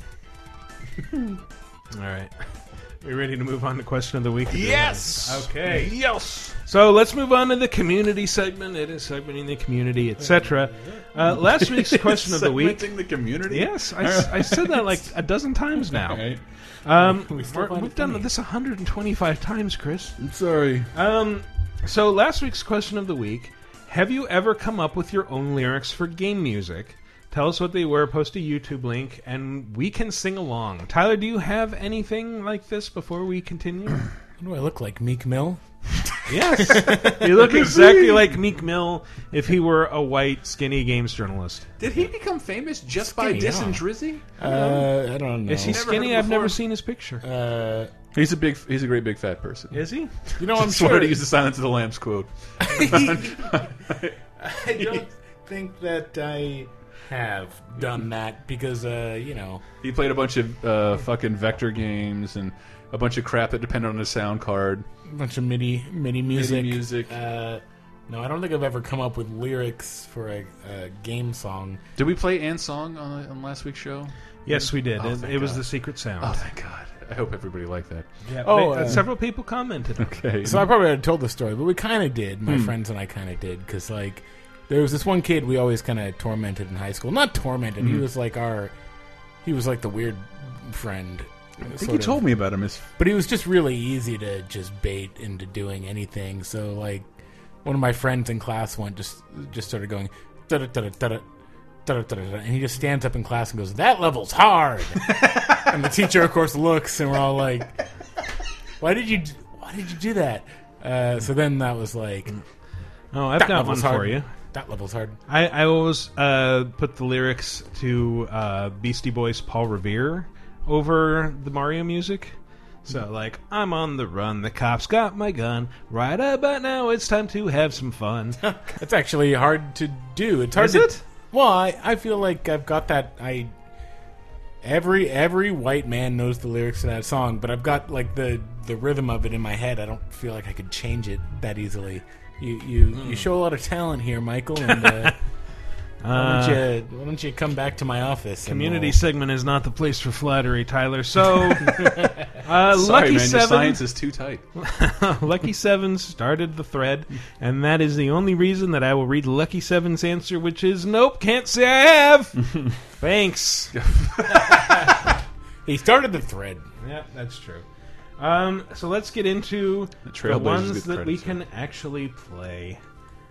A: All right, we ready to move on to question of the week?
B: Yes!
A: Okay.
B: Yes.
A: So let's move on to the community segment. It is segmenting the community, etc. Uh, last week's question of the week.
C: Segmenting the community.
A: Yes, I, s- I said that like a dozen times
C: All
A: now.
C: right.
A: Um,
B: We
A: we
B: still find
A: have
B: it
A: done
B: funny.
A: this 125 times, Chris.
C: I'm sorry.
A: Um, so last week's question of the week: Have you ever come up with your own lyrics for game music? Tell us what they were. Post a YouTube link, and we can sing along. Tyler, do you have anything like this before we continue?
B: What do I look like, Meek Mill?
A: Yes, you look exactly like Meek Mill if he were a white, skinny games journalist.
C: Did he become famous just by
A: Skinny,
C: dissing
A: huh?
C: Drizzy?
B: Uh, I don't know.
A: Is he skinny? I've never seen his picture.
B: Uh,
C: he's a big, he's a great big fat person.
A: Is he?
B: You know, I'm
C: Just wanted
B: sure-
C: to use the Silence of the Lambs quote.
B: I don't think that I have done that because, uh, you know,
C: He played a bunch of uh, fucking vector games and a bunch of crap that depended on his sound card.
B: a bunch of MIDI MIDI music.
C: music.
B: Uh, no, I don't think I've ever come up with lyrics for a, a game song.
C: Did we play and song on, on last week's show?
A: Yes, we did.
C: Oh,
A: it
C: thank
A: it was
C: God.
A: the secret sound.
C: Oh, thank God! I hope everybody liked that.
A: Yeah,
B: Oh,
A: they- uh,
B: uh,
A: several people commented. on it.
C: Okay.
B: So I probably already told the story, but we kind of did. My
C: Hmm.
B: friends and I kind of did because like there was this one kid we always kind of tormented in high school. Not tormented. He
C: Mhm.
B: was like our. He was like the weird friend.
C: I think
B: sort
C: you
B: of.
C: told me about him. His
B: But he was just really easy to just bait into doing anything. So like, one of my friends in class went just just started going da da da da da da and he just stands up in class and goes, "That level's hard." and the teacher, of course, looks, and we're all like, "Why did you d- Why did you do that?" Uh, so then that was like,
A: Oh, I've
B: "That
A: got one
B: level's
A: for
B: hard.
A: you.
B: That level's hard.
A: I, I always uh, put the lyrics to uh, Beastie Boys' Paul Revere over the Mario music. So, like, I'm on the run, the cops got my gun. Right about now, it's time to have some fun.
B: That's actually hard to do. It's hard
A: Is
B: to,
A: it?
B: Well, I, I feel like I've got that. I every every white man knows the lyrics to that song, but I've got like the the rhythm of it in my head. I don't feel like I could change it that easily. You you, you show a lot of talent here, Michael. And uh, why, don't you, why don't you come back to my office? and
A: Community
B: we'll-
A: segment is not the place for flattery, Tyler. So, uh,
C: Sorry,
A: Lucky
C: man, your
A: Seven,
C: science is too tight.
A: Lucky Seven started the thread, and that is the only reason that I will read Lucky Seven's answer, which is nope, can't say I have. Thanks.
B: he started the thread.
A: Yep, that's true. Um, so let's get into the,
C: Trailblazers
A: ones
C: get
A: that we
C: credits,
A: can actually play.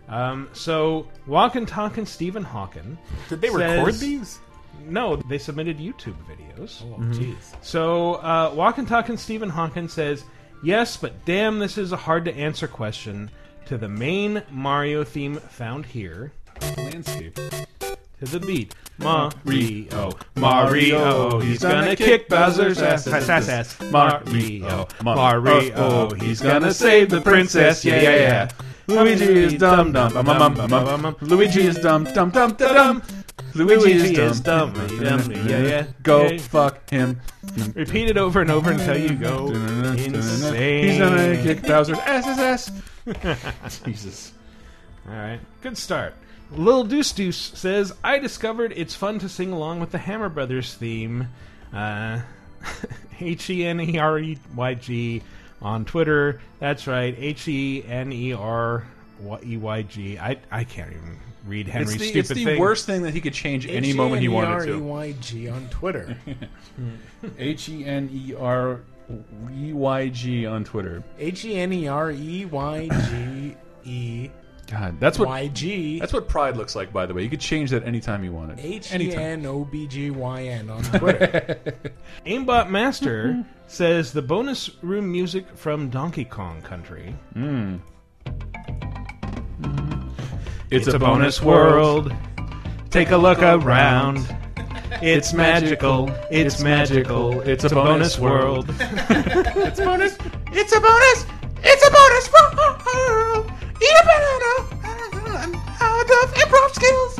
A: Um, so Walkin' Tonkin' Stephen Hawking.
B: Did they
A: says-
B: record these?
A: No, they submitted YouTube videos.
B: Oh, jeez.
A: So, uh, Walk and Talk and Stephen Hawking says, Yes, but damn, this is a hard to answer question to the main Mario theme found here.
C: Landscape.
A: To the beat. Mario, Mario, he's gonna kick Bowser's ass. ass, ass, ass. Mario, Mario, he's gonna save the princess. Yeah, yeah, yeah.
C: Luigi is dumb dumb. Um, um, um, um, um. Luigi is dumb dumb dumb dumb. dumb. Luigi is dumb.
A: Yeah, yeah.
C: Go
A: Yeah.
C: fuck him.
A: Repeat it over and over until you go insane.
C: He's gonna kick Bowser's ass ass ass. Jesus.
A: All right, good start. Lil Deuce Deuce says, "I discovered it's fun to sing along with the Hammer Brothers theme, uh, H E N E R E Y G on Twitter. That's right, H E N E R E Y G. I I can't even read Henry's
C: It's the,
A: stupid
C: it's the
A: thing.
C: worst thing that he could change any moment he wanted
B: E
C: to.
B: H-E-N-E-R-E-Y-G on Twitter.
C: H E N E R E Y G on Twitter.
B: H e n e r e y g e
C: God, that's what
B: y g
C: that's what pride looks like. By the way, you could change that anytime you wanted.
B: h e
C: Anytime.
B: n o b g y n on Twitter.
A: Aimbot Master says the bonus room music from Donkey Kong Country.
C: It's,
A: Take a look around. It's magical. It's magical. It's a bonus world.
C: It's bonus. It's a bonus. It's a bonus world. Eat a banana. I'm out of improv skills.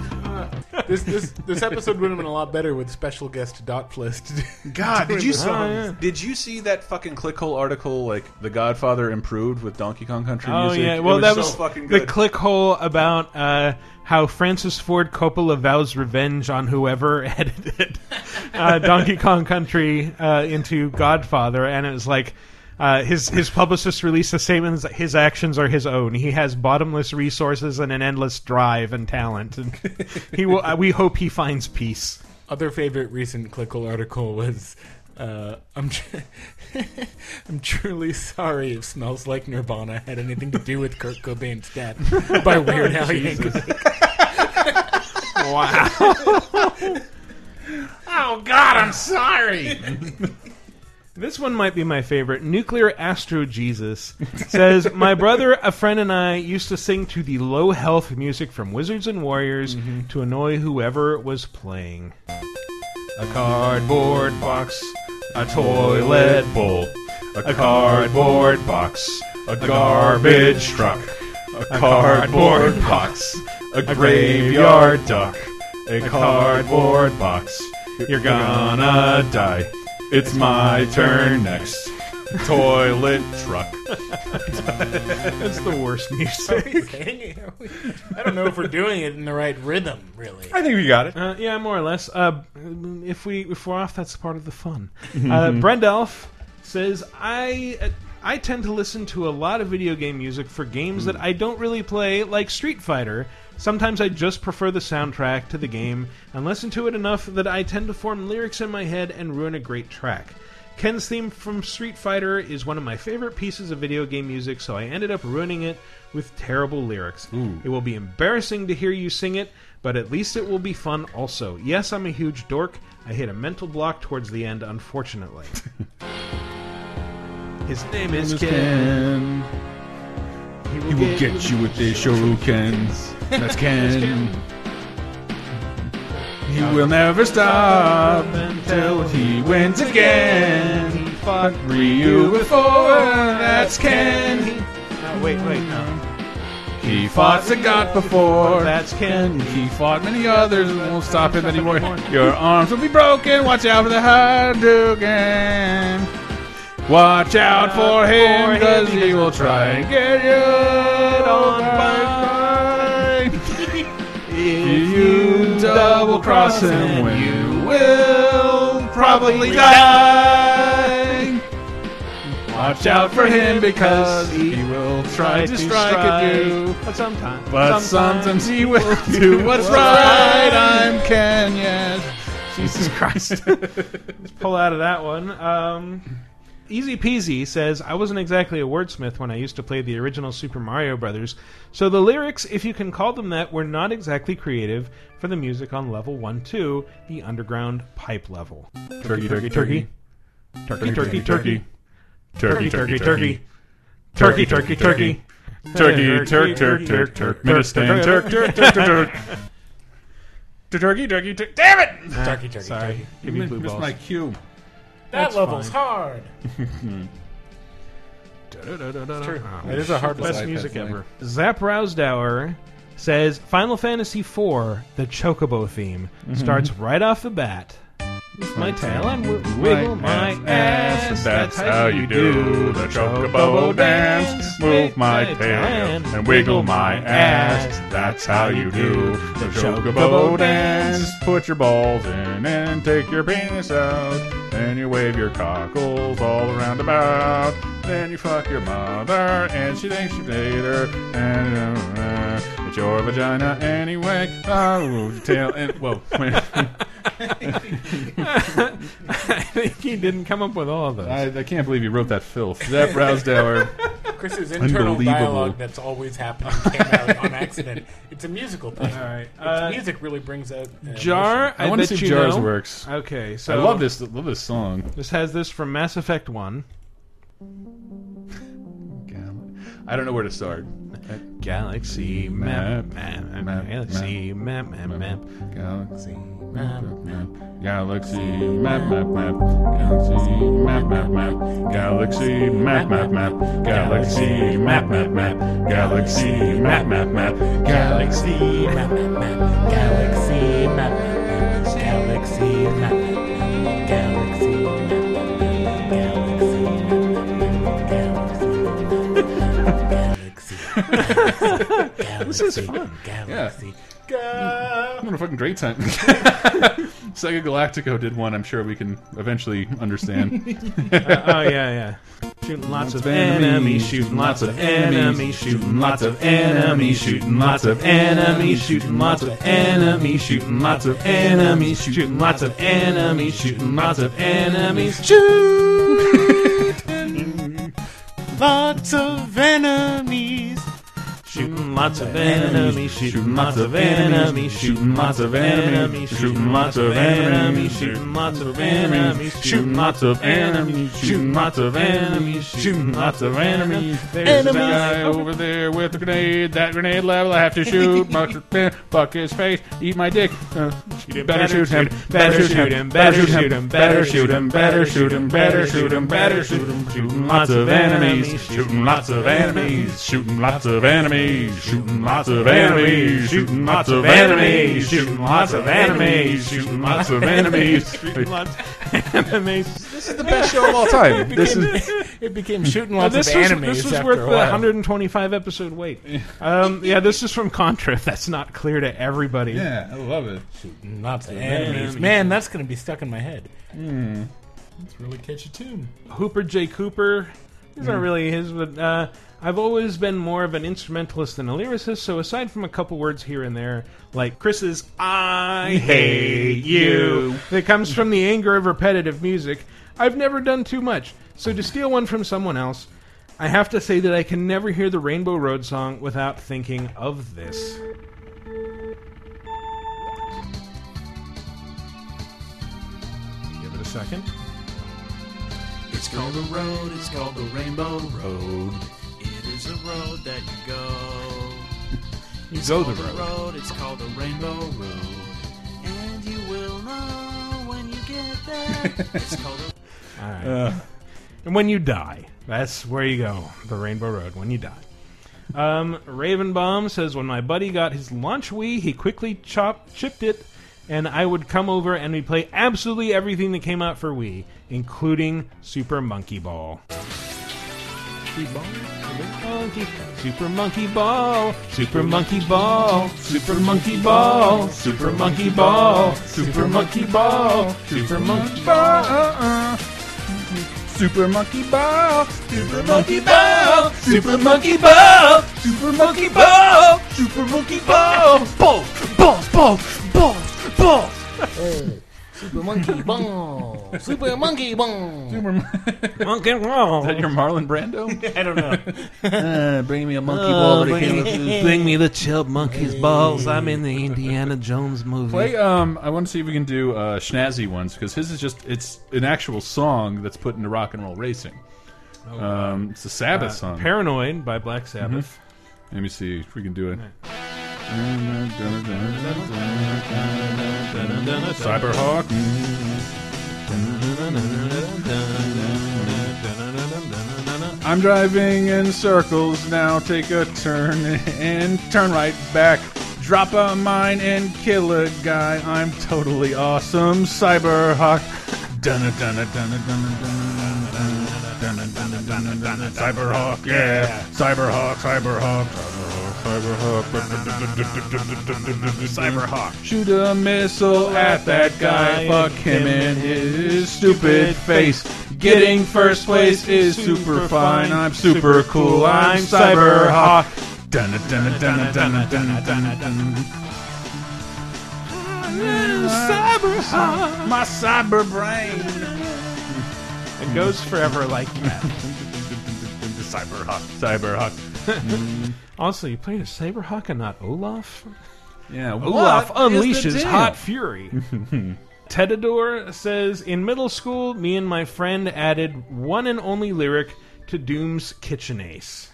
B: this this this episode would have been a lot better with special guest Dot Plist.
C: God, did you
A: Oh, yeah.
C: did you see that fucking clickhole article like The Godfather improved with Donkey Kong Country
A: Oh
C: music?
A: yeah,
C: It
A: well that
C: so
A: was
C: fucking
A: the
C: good.
A: click hole about uh, how Francis Ford Coppola vows revenge on whoever edited uh, Donkey Kong Country uh, into Godfather, and it was like. Uh, his his publicist released a statement that his actions are his own. He has bottomless resources and an endless drive and talent, and he will. Uh, we hope he finds peace.
B: Other favorite recent clickle article was. Uh, I'm tr- I'm truly sorry if "Smells Like Nirvana" had anything to do with Kurt Cobain's death by Weird Al Yankovic.
A: Wow. oh God, I'm sorry. This one might be my favorite. Nuclear Astro Jesus says, My brother, a friend, and I used to sing to the low health music from Wizards and Warriors
C: Mm-hmm.
A: to annoy whoever was playing. A cardboard box, a toilet bowl,
C: A cardboard box, a garbage truck, a cardboard box, a graveyard duck, a cardboard box. You're gonna die. It's my turn next. Toilet truck.
A: That's the worst music.
B: I don't know if we're doing it in the right rhythm, really.
A: I think we got it. Uh, yeah, more or less. Uh, if we if we're off, that's part of the fun. Uh, Brendelf says I. Uh, I tend to listen to a lot of video game music for games that I don't really play, like Street Fighter. Sometimes I just prefer the soundtrack to the game and listen to it enough that I tend to form lyrics in my head and ruin a great track. Ken's theme from Street Fighter is one of my favorite pieces of video game music, so I ended up ruining it with terrible lyrics. It will be embarrassing to hear you sing it, but at least it will be fun also. Yes, I'm a huge dork. I hit a mental block towards the end, unfortunately. His name is Ken.
C: He will, get, you with his shurikens. That's Ken. He will never stop until he wins again. He fought Ryu before. That's Ken.
A: No, wait, wait, no.
C: He fought the god before.
A: That's Ken.
C: He fought many others and won't stop him anymore. Your arms will be broken. Watch out for the Hadouken. Watch out for him, cause he will try and get you on by. If you double cross him, when you will probably die. Watch out for him because he will try to strike at you.
A: But sometimes,
C: But sometimes he will do what's right. I'm Ken, yes. Jesus Christ.
A: pull out of that one. Um, Easy Peasy says, I wasn't exactly a wordsmith when I used to play the original Super Mario Brothers, so the lyrics, if you can call them that, were not exactly creative for the music on level 1 2, the underground pipe level.
C: Turkey, turkey,
A: turkey. Turkey,
C: turkey.
A: turkey,
C: Turkey,
A: turkey.
C: turkey.
A: turkey, turkey.
C: Turkey, Turkey, turkey, turkey. Turkey, turk, turk, turk, turk. Turkmenistan, turk, turk, turk, turk, turk.
A: Turkey, turkey, turkey. Damn it!
B: Ah, Turkey, turkey,
A: Sorry.
B: turkey.
A: Give me blue
C: Missed
A: balls.
C: my cue.
B: That
A: That's
B: level's
A: fine.
B: hard.
A: It
B: It is a hard
A: best
B: level.
A: music
B: Definitely.
A: ever. Zap Rousedower says Final Fantasy IV, the Chocobo theme,
C: Mhm.
A: starts right off the bat. With my tail and wi- wiggle my ass.
C: That's, how you do the chocobo dance. Move my tail and wiggle my ass. That's how you do the chocobo dance. Put your balls in and take your penis out. Then you wave your cockles all around about. Then you fuck your mother and she thinks you date her. And uh, uh, it's your vagina anyway. Oh, tail and whoa.
A: I think he didn't come up with all of those.
C: I, I can't believe you wrote that filth. Zap Rousdower.
B: Chris's internal
C: Unbelievable.
B: dialogue that's always happening came out on accident. It's a musical thing. All right. music really brings out. uh,
A: Jar,
B: emotion.
A: I,
C: wanna
A: bet
C: see if
A: you
C: Jars
A: know.
C: works.
A: Okay, so
C: I love this. Love this song.
A: This has this from Mass Effect One.
C: I don't know where to start.
A: Galaxy map, map, map, galaxy map, map, map.
C: Galaxy map, map, galaxy map, map, map, galaxy map, map, map, galaxy map, map, map, galaxy map, map, map, galaxy map, map, map, galaxy map, map, map,
B: Galaxy map, map, map, galaxy map, map, map, galaxy map, map, map, galaxy map, map, map, galaxy map, map, map, galaxy.
C: This is
B: Galaxy,
C: fun.
B: Galaxy.
C: I'm having a fucking great time. Sega Galactico did one. I'm sure we can eventually understand.
A: Uh, oh yeah, yeah. Shooting lots of enemies, shooting lots of enemies, shooting lots of enemies, shooting lots of enemies, shooting lots of enemies, shooting lots of enemies, shooting lots of enemies, shooting lots of enemies.
B: Shoot! Lots of enemies.
A: Shooting lots of enemies, shooting lots of enemies, shooting lots of enemies, shooting lots of enemies, shooting lots of enemies, shooting lots of enemies, shooting lots of enemies, shooting lots of enemies.
C: There's a
A: Enemies.
C: guy over there with a grenade. That grenade level, I have to shoot. Muck, fuck his face. Eat my dick. Uh, better shoot him. Better shoot him. Better shoot him. Better shoot him. Better shoot him. Better shoot him. Better shoot him. Shooting lots of enemies. Shooting lots of enemies. Shooting lots of enemies. Shooting lots of enemies. Shooting lots of enemies. Shooting lots of enemies. Shooting lots of enemies.
A: Shooting lots of enemies.
L: This is the best show of all time. This is
B: It became shooting
A: Hmm. Now,
B: lots
A: this
B: of
A: was,
B: enemies.
A: This was
B: after
A: worth
B: a
A: the
B: while.
A: 125 episode wait. Um, yeah, this is from Contra. If that's not clear to everybody.
C: Yeah, I love it.
B: Shooting lots of
A: Enemies.
B: enemies. Man, that's gonna be stuck in my head.
A: Mm.
B: Let's really catch a tune.
A: Hooper J. Cooper. These aren't really his, but uh, I've always been more of an instrumentalist than a lyricist. So aside from a couple words here and there, like Chris's "I hate you," that comes from the anger of repetitive music, I've never done too much. So to steal one from someone else, I have to say that I can never hear the Rainbow Road song without thinking of this. Give it a second.
M: It's called the road, it's called the Rainbow Road. It is a road that you go.
A: You
M: It's
A: go
M: called
A: the road.
M: it's called the Rainbow Road. And you will know when you get there. it's called the
A: All right. and when you die, that's where you go, the Rainbow Road, when you die. Um, Ravenbaum says, When my buddy got his launch Wii, he quickly chopped, chipped it, and I would come over and we'd play absolutely everything that came out for Wii, including Super Monkey Ball. Monkey, Super Monkey Ball, Super Monkey Ball, Super Monkey Ball, Super Monkey Ball, Super Monkey Ball, Super Monkey Ball.
C: Super Monkey Ball, Super Monkey
A: Ball,
C: Super Monkey Ball, Super Monkey Ball, Super Monkey Ball, Balls, Balls, Balls, Balls, Balls.
B: Super monkey ball. Super monkey ball. Super
A: monkey ball.
L: Is that your Marlon Brando?
B: I don't know.
L: Uh, bring me a monkey
A: Oh, bring, me, bring me the chub monkey's balls. I'm in the Indiana Jones movie.
C: Play. Um, I want to see if we can do uh, Schnazzy ones because his is just it's an actual song that's put into rock and roll racing. Um, it's a Sabbath
A: Uh,
C: song.
A: Paranoid by Black Sabbath.
C: Mhm. Let me see if we can do it. Cyberhawk. I'm driving in circles now. Take a turn and turn right back. Drop a mine and kill a guy. I'm totally awesome, Cyberhawk. Dunna dunna dunna dunna dunna dunna dunna dunna dunna Cyberhawk, yeah, Cyberhawk, Cyberhawk, Cyberhawk, Cyberhawk, Cyberhawk. Shoot a missile at that guy. Fuck him in his stupid face. Getting first place is super fine. I'm super cool. I'm Cyberhawk. Dunna dunna dunna dunna dunna dunna dunna.
A: Mm-hmm. Cyberhawk.
C: My cyber brain.
A: It goes forever like that.
C: Cyberhawk. Cyberhawk.
A: also, you played a Cyberhawk and not Olaf?
C: Yeah,
A: Olaf
C: what is the
A: unleashes
C: deal?
A: hot fury. Tedador says In middle school, me and my friend added one and only lyric to Doom's Kitchen Ace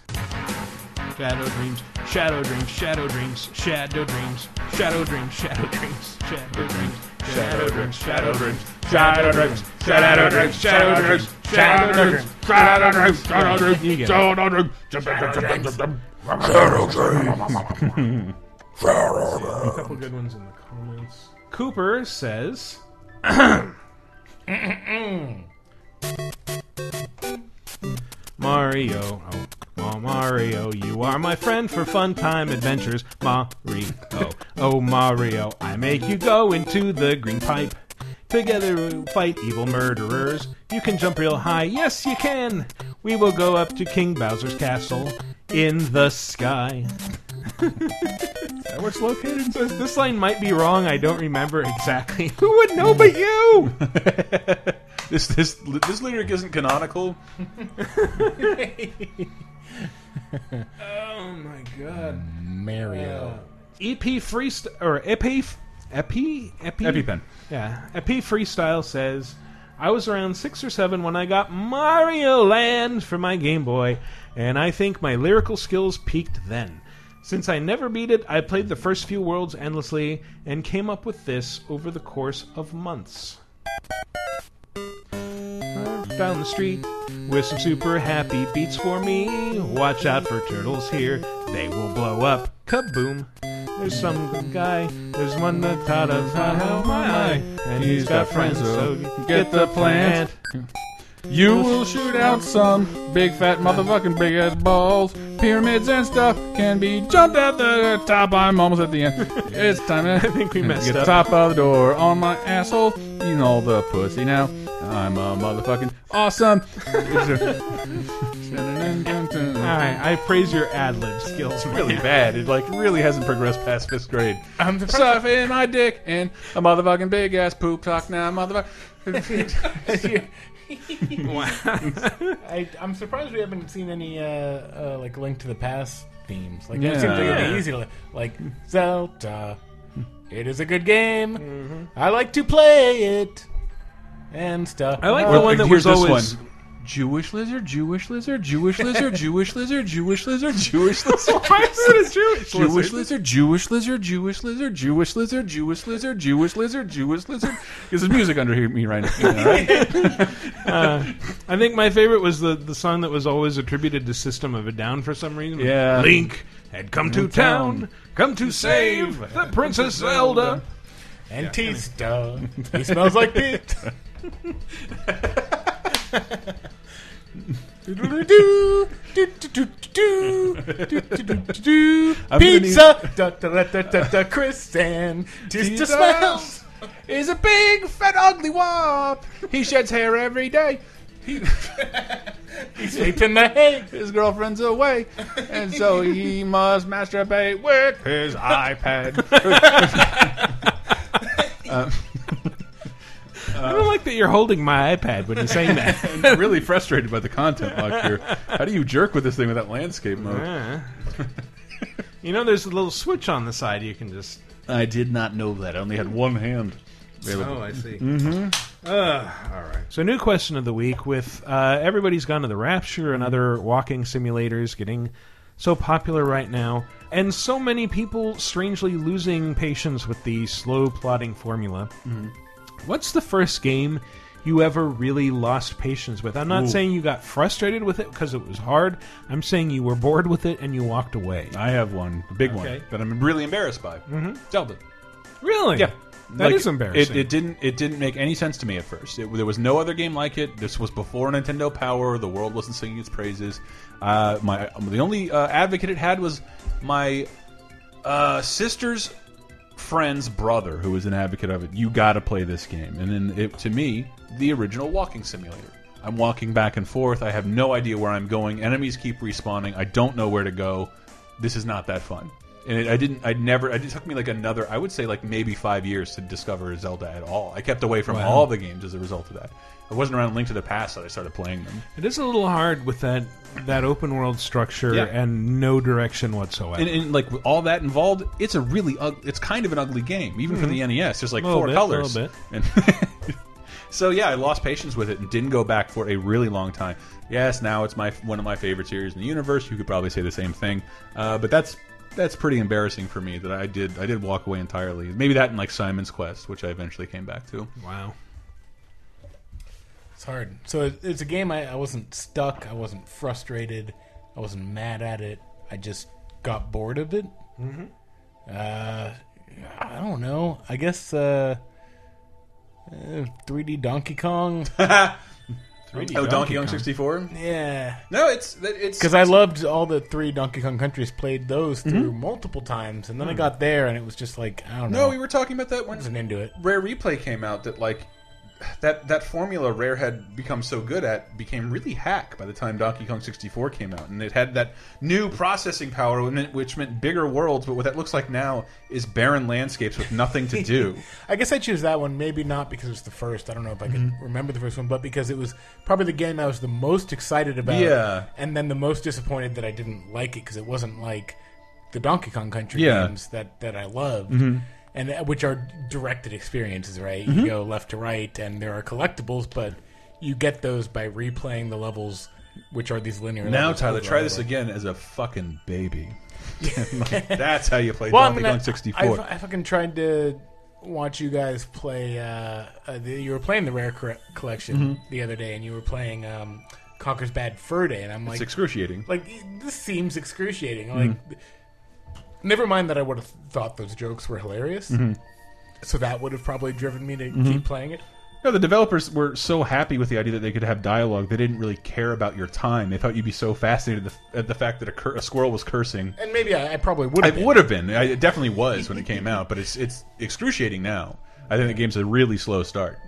A: Shadow dreams, shadow dreams, shadow dreams, shadow dreams, shadow dreams, shadow dreams, shadow dreams. Shadow dreams, shadow dreams, shadow dreams, shadow dreams, shadow dreams, shadow dreams, shadow dreams, shadow dreams, You get it. A couple good ones in the comments. Cooper says. Mario, oh, oh, Mario, you are my friend for fun time adventures. Mario, oh Mario, I make you go into the green pipe. Together we'll fight evil murderers. You can jump real high, yes you can. We will go up to King Bowser's castle in the sky.
C: Where it's located?
A: This, this line might be wrong. I don't remember exactly. Who would know but you?
L: This this this lyric isn't canonical.
A: oh my god.
B: Mario.
A: EP free E or E Epi Epi Epi
C: EpiPen.
A: E Yeah, Epi Freestyle says, "I was around six or seven when I got Mario Land for my Game Boy, and I think my lyrical skills peaked then. Since I never beat it, I played the first few worlds endlessly and came up with this over the course of months." Down the street with some super happy beats for me. Watch out for turtles here, they will blow up. Kaboom! There's some guy, there's one that thought of how my eye, and he's got friends, so get the plant.
N: You will shoot out some big fat motherfucking big ass balls. Pyramids and stuff can be jumped at the top. I'm almost at the end. It's time to I think
A: we messed
N: get
A: up.
N: top of the door on my asshole. Eating all the pussy now. I'm a motherfucking awesome.
A: All right, I praise your ad lib skills. man.
C: Really bad. It like really hasn't progressed past fifth grade.
N: I'm stuffing my dick in a motherfucking big ass poop talk now, motherfucker.
B: I, I'm surprised we haven't seen any uh, uh, like Link to the Past themes. Like
N: Yeah.
B: that seems like it'd
N: Yeah.
B: be easy to like Zelda. It is a good game. I like to play it and stuff.
C: I like
B: Oh,
C: the one that
B: here's
C: was
B: this
C: always-
B: one.
N: Jewish lizard, Jewish lizard, Jewish lizard, Jewish lizard, Jewish lizard, Jewish lizard.
C: Why is it a Jewish
N: Jewish
C: lizard?
N: lizard, Jewish lizard, Jewish lizard, Jewish lizard, Jewish lizard, Jewish lizard, Jewish lizard. Because there's music under here- me right now. all right?
A: Uh, I think my favorite was the, the song that was always attributed to System of a Down for some reason.
N: Yeah.
A: Link had come to
N: In
A: town,
N: town.
A: come to save the Princess Zelda.
B: And Tista. he smells like Pete.
N: I'm gonna need-
B: Pizza, da, da, da, da, da, da, Chris and Tista smells.
N: Is a big fat ugly wop. He sheds hair every day. He-
B: He's sleeping the hay.
N: His girlfriend's away, and so he must masturbate with his iPad. Uh,
A: I don't like that you're holding my iPad when you're saying that.
N: I'm really frustrated by the content lock here. How do you jerk with this thing without landscape mode?
A: Yeah. you know, there's a little switch on the side you can just.
N: I did not know that. I only had one hand.
A: Oh, I see.
N: Mhm.
A: Uh, all right. So, new question of the week with uh, everybody's gone to the Rapture and other walking simulators getting so popular right now, and so many people strangely losing patience with the slow plotting formula. What's the first game you ever really lost patience with? I'm not
N: Ooh.
A: saying you got frustrated with it because it was hard. I'm saying you were bored with it and you walked away.
N: I have one, a big
A: Okay.
N: one, that I'm really embarrassed by. Mm-hmm. Zelda.
A: Really?
N: Yeah.
A: that is
C: Like,
A: embarrassing.
C: It, it didn't. It didn't make any sense to me at first. It, there was no other game like it. This was before Nintendo Power. The world wasn't singing its praises. Uh, my the only uh, advocate it had was my uh, sister's friend's brother, who was an advocate of it. You got to play this game. And then it, to me, the original walking simulator. I'm walking back and forth. I have no idea where I'm going. Enemies keep respawning. I don't know where to go. This is not that fun. And it, I didn't. I never. It took me like another. I would say like maybe five years to discover Zelda at all. I kept away from
A: Wow.
C: all the games as a result of that. It wasn't around Link to the Past that I started playing them.
A: It is a little hard with that that open world structure
C: Yeah.
A: and no direction whatsoever.
C: and, and like with all that involved, it's a really ug- it's kind of an ugly game, even for
A: Mhm.
C: the NES. There's like
A: Little
C: four
A: bit,
C: colors.
A: little
C: And so yeah, I lost patience with it and didn't go back for a really long time. Yes, now it's my one of my favorite series in the universe. You could probably say the same thing, uh, but that's that's pretty embarrassing for me that I did I did walk away entirely. Maybe that and like Simon's Quest, which I eventually came back to.
A: Wow.
B: It's hard. So it- it's a game I, I wasn't stuck. I wasn't frustrated. I wasn't mad at it. I just got bored of it. Mm-hmm. Uh, I don't know. I guess uh, uh, 3D Donkey Kong.
C: 3D Oh, Donkey Donkey Kong Kong. 64?
B: Yeah.
C: No, it's it's
B: Because I loved all the three Donkey Kong countries. Played those through multiple times, and then I
C: Hmm.
B: got there, and it was just like I don't know.
C: Mm-hmm. No, oh, we were talking about that when
B: wasn't into it.
C: Rare Replay came out that like that that formula Rare had become so good at became really hack by the time Donkey Kong 64 came out, and it had that new processing power, which meant- which meant bigger worlds. But what that looks like now is barren landscapes with nothing to do.
B: I guess I choose that one. Maybe not because it was the first. I don't know if I can
C: Mm-hmm.
B: remember the first one, but because it was probably the game I was the most excited about.
C: Yeah.
B: And then the most disappointed that I didn't like it because it wasn't like the Donkey Kong Country
N: Yeah.
B: games that that I loved,
C: Mm-hmm.
N: Mhm.
B: and that- which are directed experiences, right?
N: Mhm.
B: You go left to right, and there are collectibles, but you get those by replaying the levels, which are these linear.
C: Now,
B: levels
C: Tyler,
B: over
C: try
B: and
C: this
B: over.
C: again as a fucking baby. Like, that's how you play
B: Well, I'm
C: Donkey
B: gonna-
C: Kong 64.
B: I, I fucking tried to watch you guys play. Uh, uh, the, you were playing the Rare Corre- Collection
C: Mhm.
B: the other day, and you were playing um, Conker's Bad Fur Day, and
C: It's
B: I'm
C: Mm-hmm.
B: like,
C: excruciating.
B: Like this seems excruciating. Like, th- never mind that I would have thought those jokes were hilarious.
C: Mhm.
B: So that would have probably driven me to
C: Mhm.
B: keep playing it.
C: No, the developers were so happy with the idea that they could have dialogue. They didn't really care about your time. They thought you'd be so fascinated at the, at the fact that a, cur a squirrel was cursing.
B: And maybe I, I probably would have.
C: It would have been. I, it definitely was when it came out, but it's it's excruciating now. I think the game's a really slow start.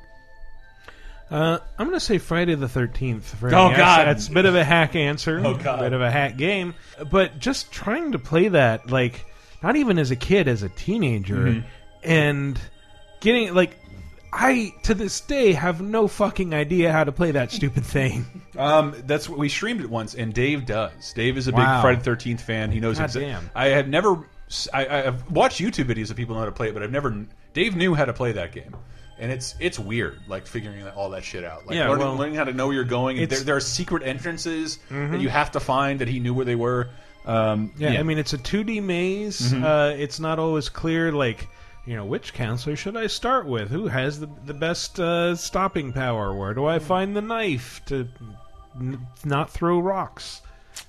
A: Uh, I'm going to say Friday the 13th. For
C: Oh,
A: NES.
C: God.
A: That's a bit of a hack answer.
C: Oh, God.
A: A bit of a hack game. But just trying to play that, like, not even as a kid, as a teenager,
N: Mhm.
A: and getting, like, I, to this day, have no fucking idea how to play that stupid thing.
C: Um, that's what we streamed it once, and Dave does. Dave is a
A: Wow.
C: big Friday the Thirteenth fan. He knows.
A: God
C: exactly.
A: damn.
C: I have never. I, I've watched YouTube videos of people know how to play it, but I've never. Dave knew how to play that game, and it's it's weird, like figuring that- all that shit out. Like
A: Yeah,
C: learning,
A: well,
C: learning how to know where you're going. And
A: it's-
C: there, there are secret entrances
A: Mhm.
C: that you have to find that he knew where they were. Um,
A: Yeah, I mean, it's a 2D maze.
C: Mhm.
A: Uh, it's not always clear, like, you know, which counselor should I start with? Who has the, the best uh, stopping power? Where do I find the knife to n- not throw rocks?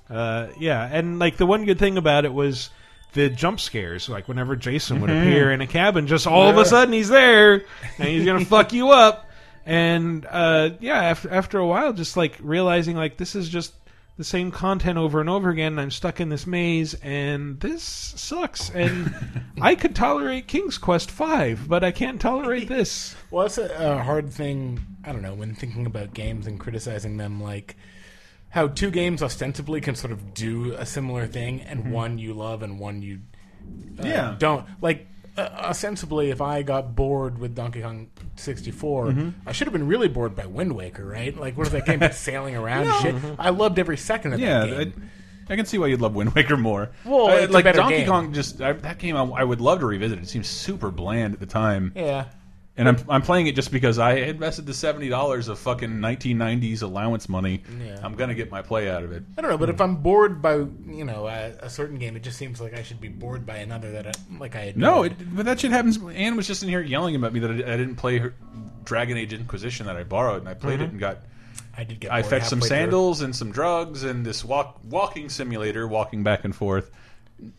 A: Uh, yeah, and, like, the one good thing about it was the jump scares. Like, whenever Jason would
N: Mhm.
A: appear in a cabin, just all of a
N: Yeah.
A: sudden he's there and he's going to fuck you up. And, uh, yeah, after, after a while, just, like, realizing, like, this is just the same content over and over again. and I'm stuck in this maze, and this sucks. And I could tolerate King's Quest Five, but I can't tolerate this.
B: Well, that's a, a hard thing. I don't know when thinking about games and criticizing them, like how two games ostensibly can sort of do a similar thing, and
C: Mm-hmm.
B: one you love and one you uh,
C: Yeah.
B: don't. Like uh, ostensibly, if I got bored with Donkey Kong 64,
C: Mm-hmm.
N: Mhm.
B: I should have been really bored by Wind Waker, right? Like what is that game about sailing around and shit?
C: No.
B: I loved every second of
C: yeah,
B: that game.
C: I, I can see why you'd love Wind Waker more.
B: Well,
C: I-
B: it's a
C: like
B: better
C: Donkey
B: game.
C: Kong, just I, that game I, I would love to revisit. It seems super bland at the time.
B: Yeah.
C: And I'm, I'm playing it just because I invested the seventy dollars of fucking 1990s allowance money.
B: Yeah.
C: I'm gonna get my play out of it.
B: I don't know, but if I'm bored by you know a, a certain game, it just seems like I should be bored by another that I, like I adore.
C: No, it, but that shit happens. Anne was just in here yelling about me that I, I didn't play her Dragon Age Inquisition that I borrowed, and I played
B: Mhm.
C: it and got.
B: I did get
C: I
B: bored
C: fetched some
B: halfway through.
C: sandals and some drugs and this walk walking simulator, walking back and forth.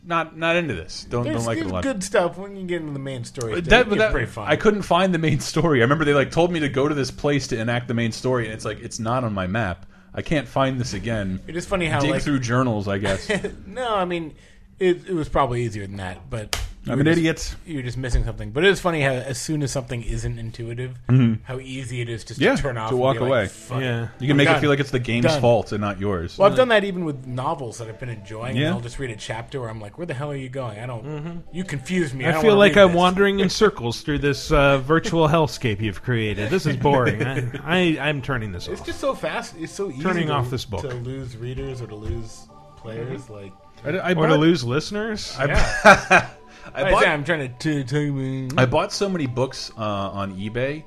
C: Not not into this. Don't
B: There's
C: don't like it a
B: good-
C: lot.
B: Good stuff when you get into the main story.
C: But
B: That,
C: that- but that-
B: pretty fun.
C: I couldn't find the main story. I remember they like told me to go to this place to enact the main story, and it's like it's not on my map. I can't find this again.
B: It is funny how,
C: dig
B: like-
C: through journals. I guess
B: no, I mean, it, it was probably easier than that, but. you
C: I'm
B: were
C: an
B: just-
C: idiot.
B: You're just missing something. But it is funny how, as soon as something isn't intuitive,
C: Mhm.
B: how easy it is just
C: yeah,
B: to turn off
C: to
B: and
C: walk
B: be like,
C: away.
B: "Fuck it.
C: you can
B: I'm
C: make it
B: done.
C: feel like it's the game's
B: Done."
C: fault and not yours.
B: Well, I've done that even with novels that I've been enjoying,
C: Yeah.
B: and I'll just read a chapter where I'm like, "Where the hell are you going? I don't. You confuse me. I,
A: I,
B: don't
A: feel
B: wanna
A: like
B: read
A: I'm
B: this."
A: wandering in circles through this uh, virtual hellscape you've created. This is boring. I, I, I'm turning this
B: It's
A: off.
B: just so fast. It's so easy
A: Turning
B: to,
A: off this book.
B: to lose readers or to lose players. Like,
A: or to lose listeners.
C: I-
B: Yeah.
C: I
B: I
C: bought-
B: am trying to tell you.
C: I bought so many books uh, on eBay,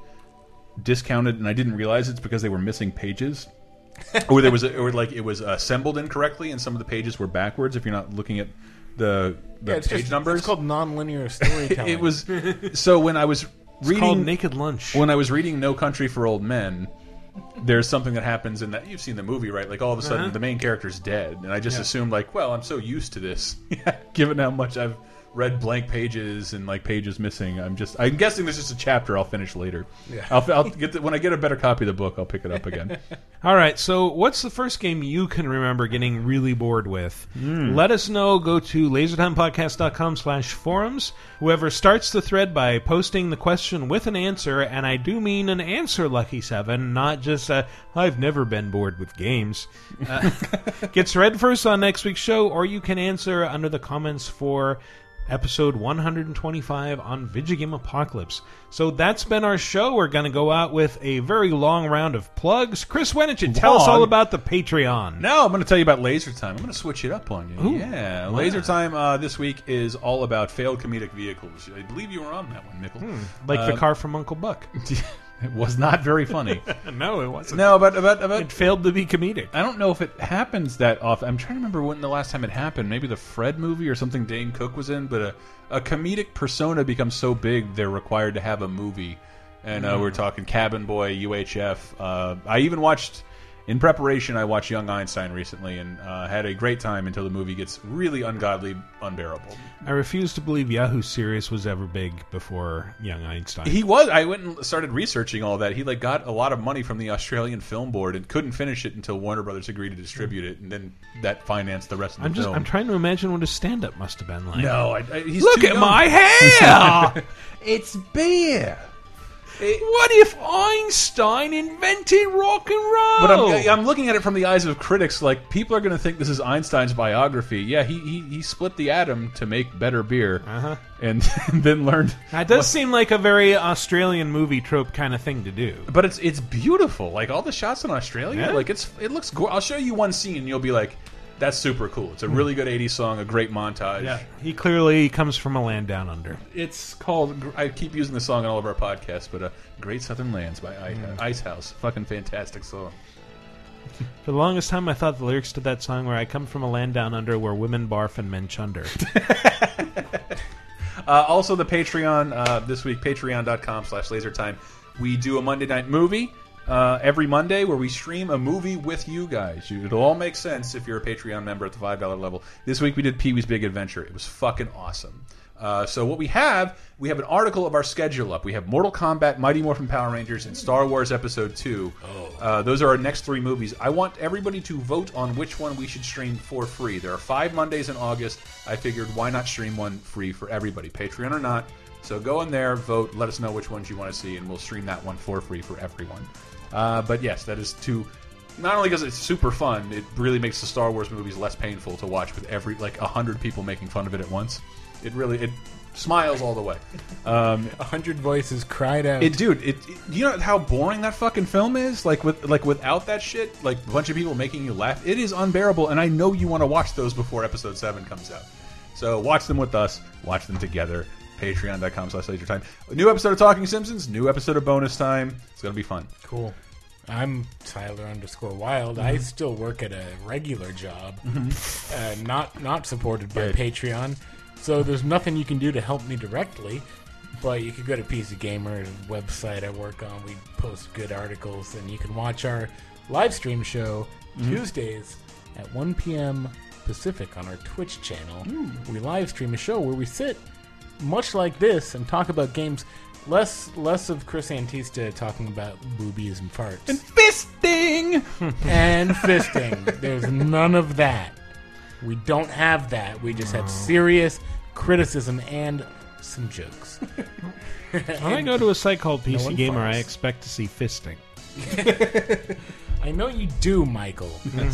C: discounted, and I didn't realize it's because they were missing pages, or there was, a, or like it was assembled incorrectly, and some of the pages were backwards. If you're not looking at the, the
B: Yeah, it's
C: page
B: just,
C: numbers,
B: It's called nonlinear storytelling.
C: it was. So when I was reading
A: called Naked Lunch,
C: when I was reading No Country for Old Men, there's something that happens in that you've seen the movie, right? Like all of a sudden
A: Uh-huh.
C: the main character's dead, and I just
A: Yeah.
C: assumed like, well, I'm so used to this, given how much I've read blank pages and like pages missing. I'm just, I'm guessing there's just a chapter I'll finish later.
A: Yeah.
C: I'll, I'll get the, when I get a better copy of the book, I'll pick it up again.
A: All right, so what's the first game you can remember getting really bored with?
C: Hmm.
A: Let us know. Go to lasertimepodcast.com slash forums. Whoever starts the thread by posting the question with an answer, and I do mean an answer, Lucky Seven, not just a, I've never been bored with games, uh, gets read first on next week's show, or you can answer under the comments for episode 125 on Vigigame Apocalypse. So that's been our show. We're going to go out with a very long round of plugs. Chris Wenich, tell us
C: Long?
A: all about the Patreon.
C: No, I'm going to tell you about Laser Time. I'm going to switch it up on you.
A: Ooh.
C: yeah,
A: Wow.
C: Laser Time uh, this week is all about failed comedic vehicles. I believe you were on that one, Mickle.
A: Like the
C: Um,
A: car from Uncle Buck.
C: it was not very funny.
A: no, it wasn't.
C: No, but about, about it
A: failed to be comedic.
C: I don't know if it happens that often. I'm trying to remember when the last time it happened. Maybe the Fred movie or something Dane Cook was in. But a, a comedic persona becomes so big they're required to have a movie. And uh,
N: Mm.
C: we're talking Cabin Boy, UHF. Uh, I even watched in preparation. I watched Young Einstein recently and uh, had a great time until the movie gets really ungodly, unbearable.
A: I refuse to believe Yahoo Serious was ever big before Young Einstein.
C: He was. I went and started researching all that. He like got a lot of money from the Australian Film Board and couldn't finish it until Warner Brothers agreed to distribute it, and then that financed the rest of the
A: I'm just.
C: film.
A: I'm trying to imagine what his stand-up must have been like.
C: No, I- I- he's
A: look
C: too
A: at
C: young.
A: my hair.
C: it's beer.
A: what if Einstein invented rock and roll?
C: But I'm, I'm looking at it from the eyes of critics. Like people are going to think this is Einstein's biography. Yeah, he he, he split the atom to make better beer, uh-huh. and, then learned.
A: That does seem like a very Australian movie trope kind of thing to do.
C: But it's it's beautiful. Like all the shots in Australia,
A: Yeah.
C: like it's it looks. Go I'll show you one scene, and you'll be like, "That's super cool." It's a really good '80s song, a great montage.
A: Hmm. Yeah, he clearly comes from a land down under.
C: It's called. I keep using the song on all of our podcasts, but uh, "Great Southern Lands" by I-
A: Hmm.
C: Ice House, fucking fantastic song.
A: For the longest time, I thought the lyrics to that song were "I come from a land down under where women barf and men chunder."
C: Uh, also, the Patreon uh, this week, patreon.com slash lasertime. We do a Monday night movie uh, every Monday where we stream a movie with you guys. You- It'll all make sense if you're a Patreon member at the $5 level. This week we did Pee Wee's Big Adventure. It was fucking awesome. Uh, so what we have, we have an article of our schedule up. We have Mortal Kombat, Mighty Morphin Power Rangers, and Star Wars Episode 2. Uh, those are our next three movies. I want everybody to vote on which one we should stream for free. There are five Mondays in August. I figured why not stream one free for everybody, Patreon or not. So go in there, vote, let us know which ones you want to see, and we'll stream that one for free for everyone. Uh, but yes, that is to not only because it's super fun, it really makes the Star Wars movies less painful to watch with every like a hundred people making fun of it at once. It really it smiles all the way. Um,
B: a hundred voices cried out.
C: It, dude, it, it- you know how boring that fucking film is. Like with like without that shit, like a bunch of people making you laugh, it is unbearable. And I know you want to watch those before episode seven comes out. So watch them with us. Watch them together. Patreon.com slash laser time. A new episode of Talking Simpsons. New episode of Bonus Time. It's gonna be fun.
B: Cool. I'm Tyler underscore Wild. I
C: Mm-hmm.
N: Mhm.
B: still work at a regular job,
N: Mhm.
B: uh, not not supported by
N: Right.
B: Patreon. So there's nothing you can do to help me directly, but you could go to PC Gamer website I work on. We post good articles, and you can watch our live stream show
N: Mhm.
B: Tuesdays at 1 p.m. Pacific on our Twitch channel. We live stream a show where we sit much like this and talk about games. Less less of Chris Antista talking about boobies and farts and
C: fisting
B: and fisting. There's none of that. We don't have that. We just
C: Oh.
B: have serious criticism and some jokes.
A: When I go to a site called
B: No
A: PC
B: one
A: Gamer, I
B: farts.
A: expect to see fisting.
B: I know you do, Michael.
C: I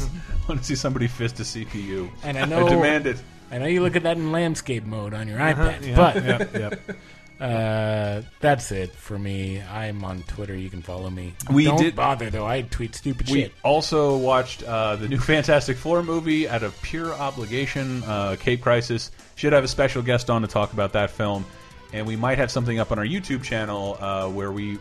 C: want to see somebody fist a CPU.
B: And I know
C: demand it.
B: I know you look at that in landscape mode on your
C: Uh-huh,
B: iPad,
C: yeah,
B: but
C: yep, yep.
B: Uh, that's it for me. I'm on Twitter. You can follow me.
C: We
B: don't
C: did-
B: bother though. I tweet stupid
C: we
B: shit.
C: also watched uh, the new Fantastic Four movie out of pure obligation, uh, Cape Crisis. Should have a special guest on to talk about that film, and we might have something up on our YouTube channel uh, where we.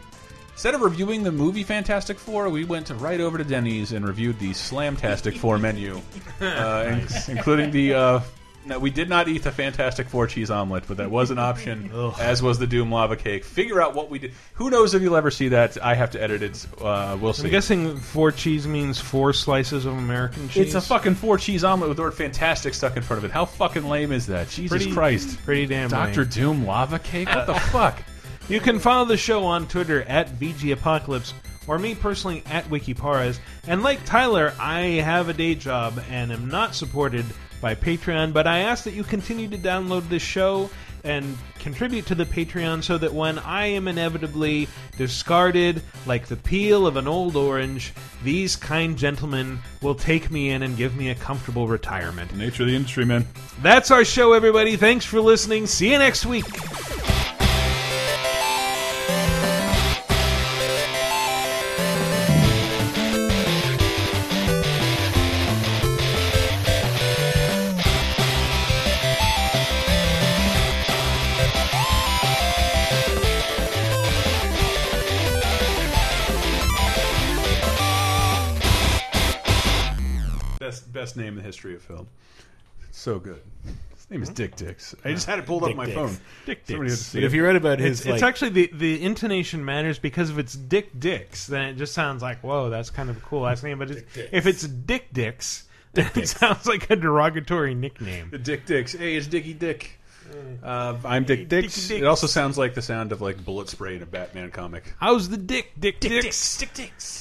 C: Instead of reviewing the movie Fantastic Four, we went right over to Denny's and reviewed the Slamtastic Four menu, uh, in-
N: Nice.
C: including the. Uh, no, we did not eat the Fantastic Four cheese omelet, but that was an option, as was the Doom lava cake. Figure out what we did. Who knows if you'll ever see that? I have to edit it. Uh, we'll see.
A: I'm guessing four cheese means four slices of American cheese.
C: It's a fucking four cheese omelet with the word fantastic stuck in front of it. How fucking lame is that? Jesus
A: Pretty-
C: Christ.
A: Pretty damn
C: Dr.
A: lame.
C: Doom lava cake? What the fuck?
A: You can follow the show on Twitter at VGApocalypse or me personally at Wikiparas. And like Tyler, I have a day job and am not supported by Patreon, but I ask that you continue to download this show and contribute to the Patreon so that when I am inevitably discarded like the peel of an old orange, these kind gentlemen will take me in and give me a comfortable retirement.
N: Nature of the industry, man.
A: That's our show, everybody. Thanks for listening. See you next week.
C: Best best name in the history of film. So good. His name is Dick Dix. I just had it pulled up
A: Dick
C: on my
A: Dix.
C: phone.
A: Dick
C: Somebody had to
A: Dix.
C: see it.
A: it's, it's actually the the intonation matters because if it's Dick Dix, then it just sounds like whoa, that's kind of a cool last name. But it's,
C: Dix.
A: if it's Dick Dix, then it sounds like a derogatory nickname.
C: The Dick Dicks. Hey, it's Dicky Dick. Uh, I'm Dick Dix.
A: Dicky Dix.
C: It also sounds like the sound of like bullet spray in a Batman comic.
A: How's the Dick Dick Dick
C: Dicks?
A: Dick Dicks.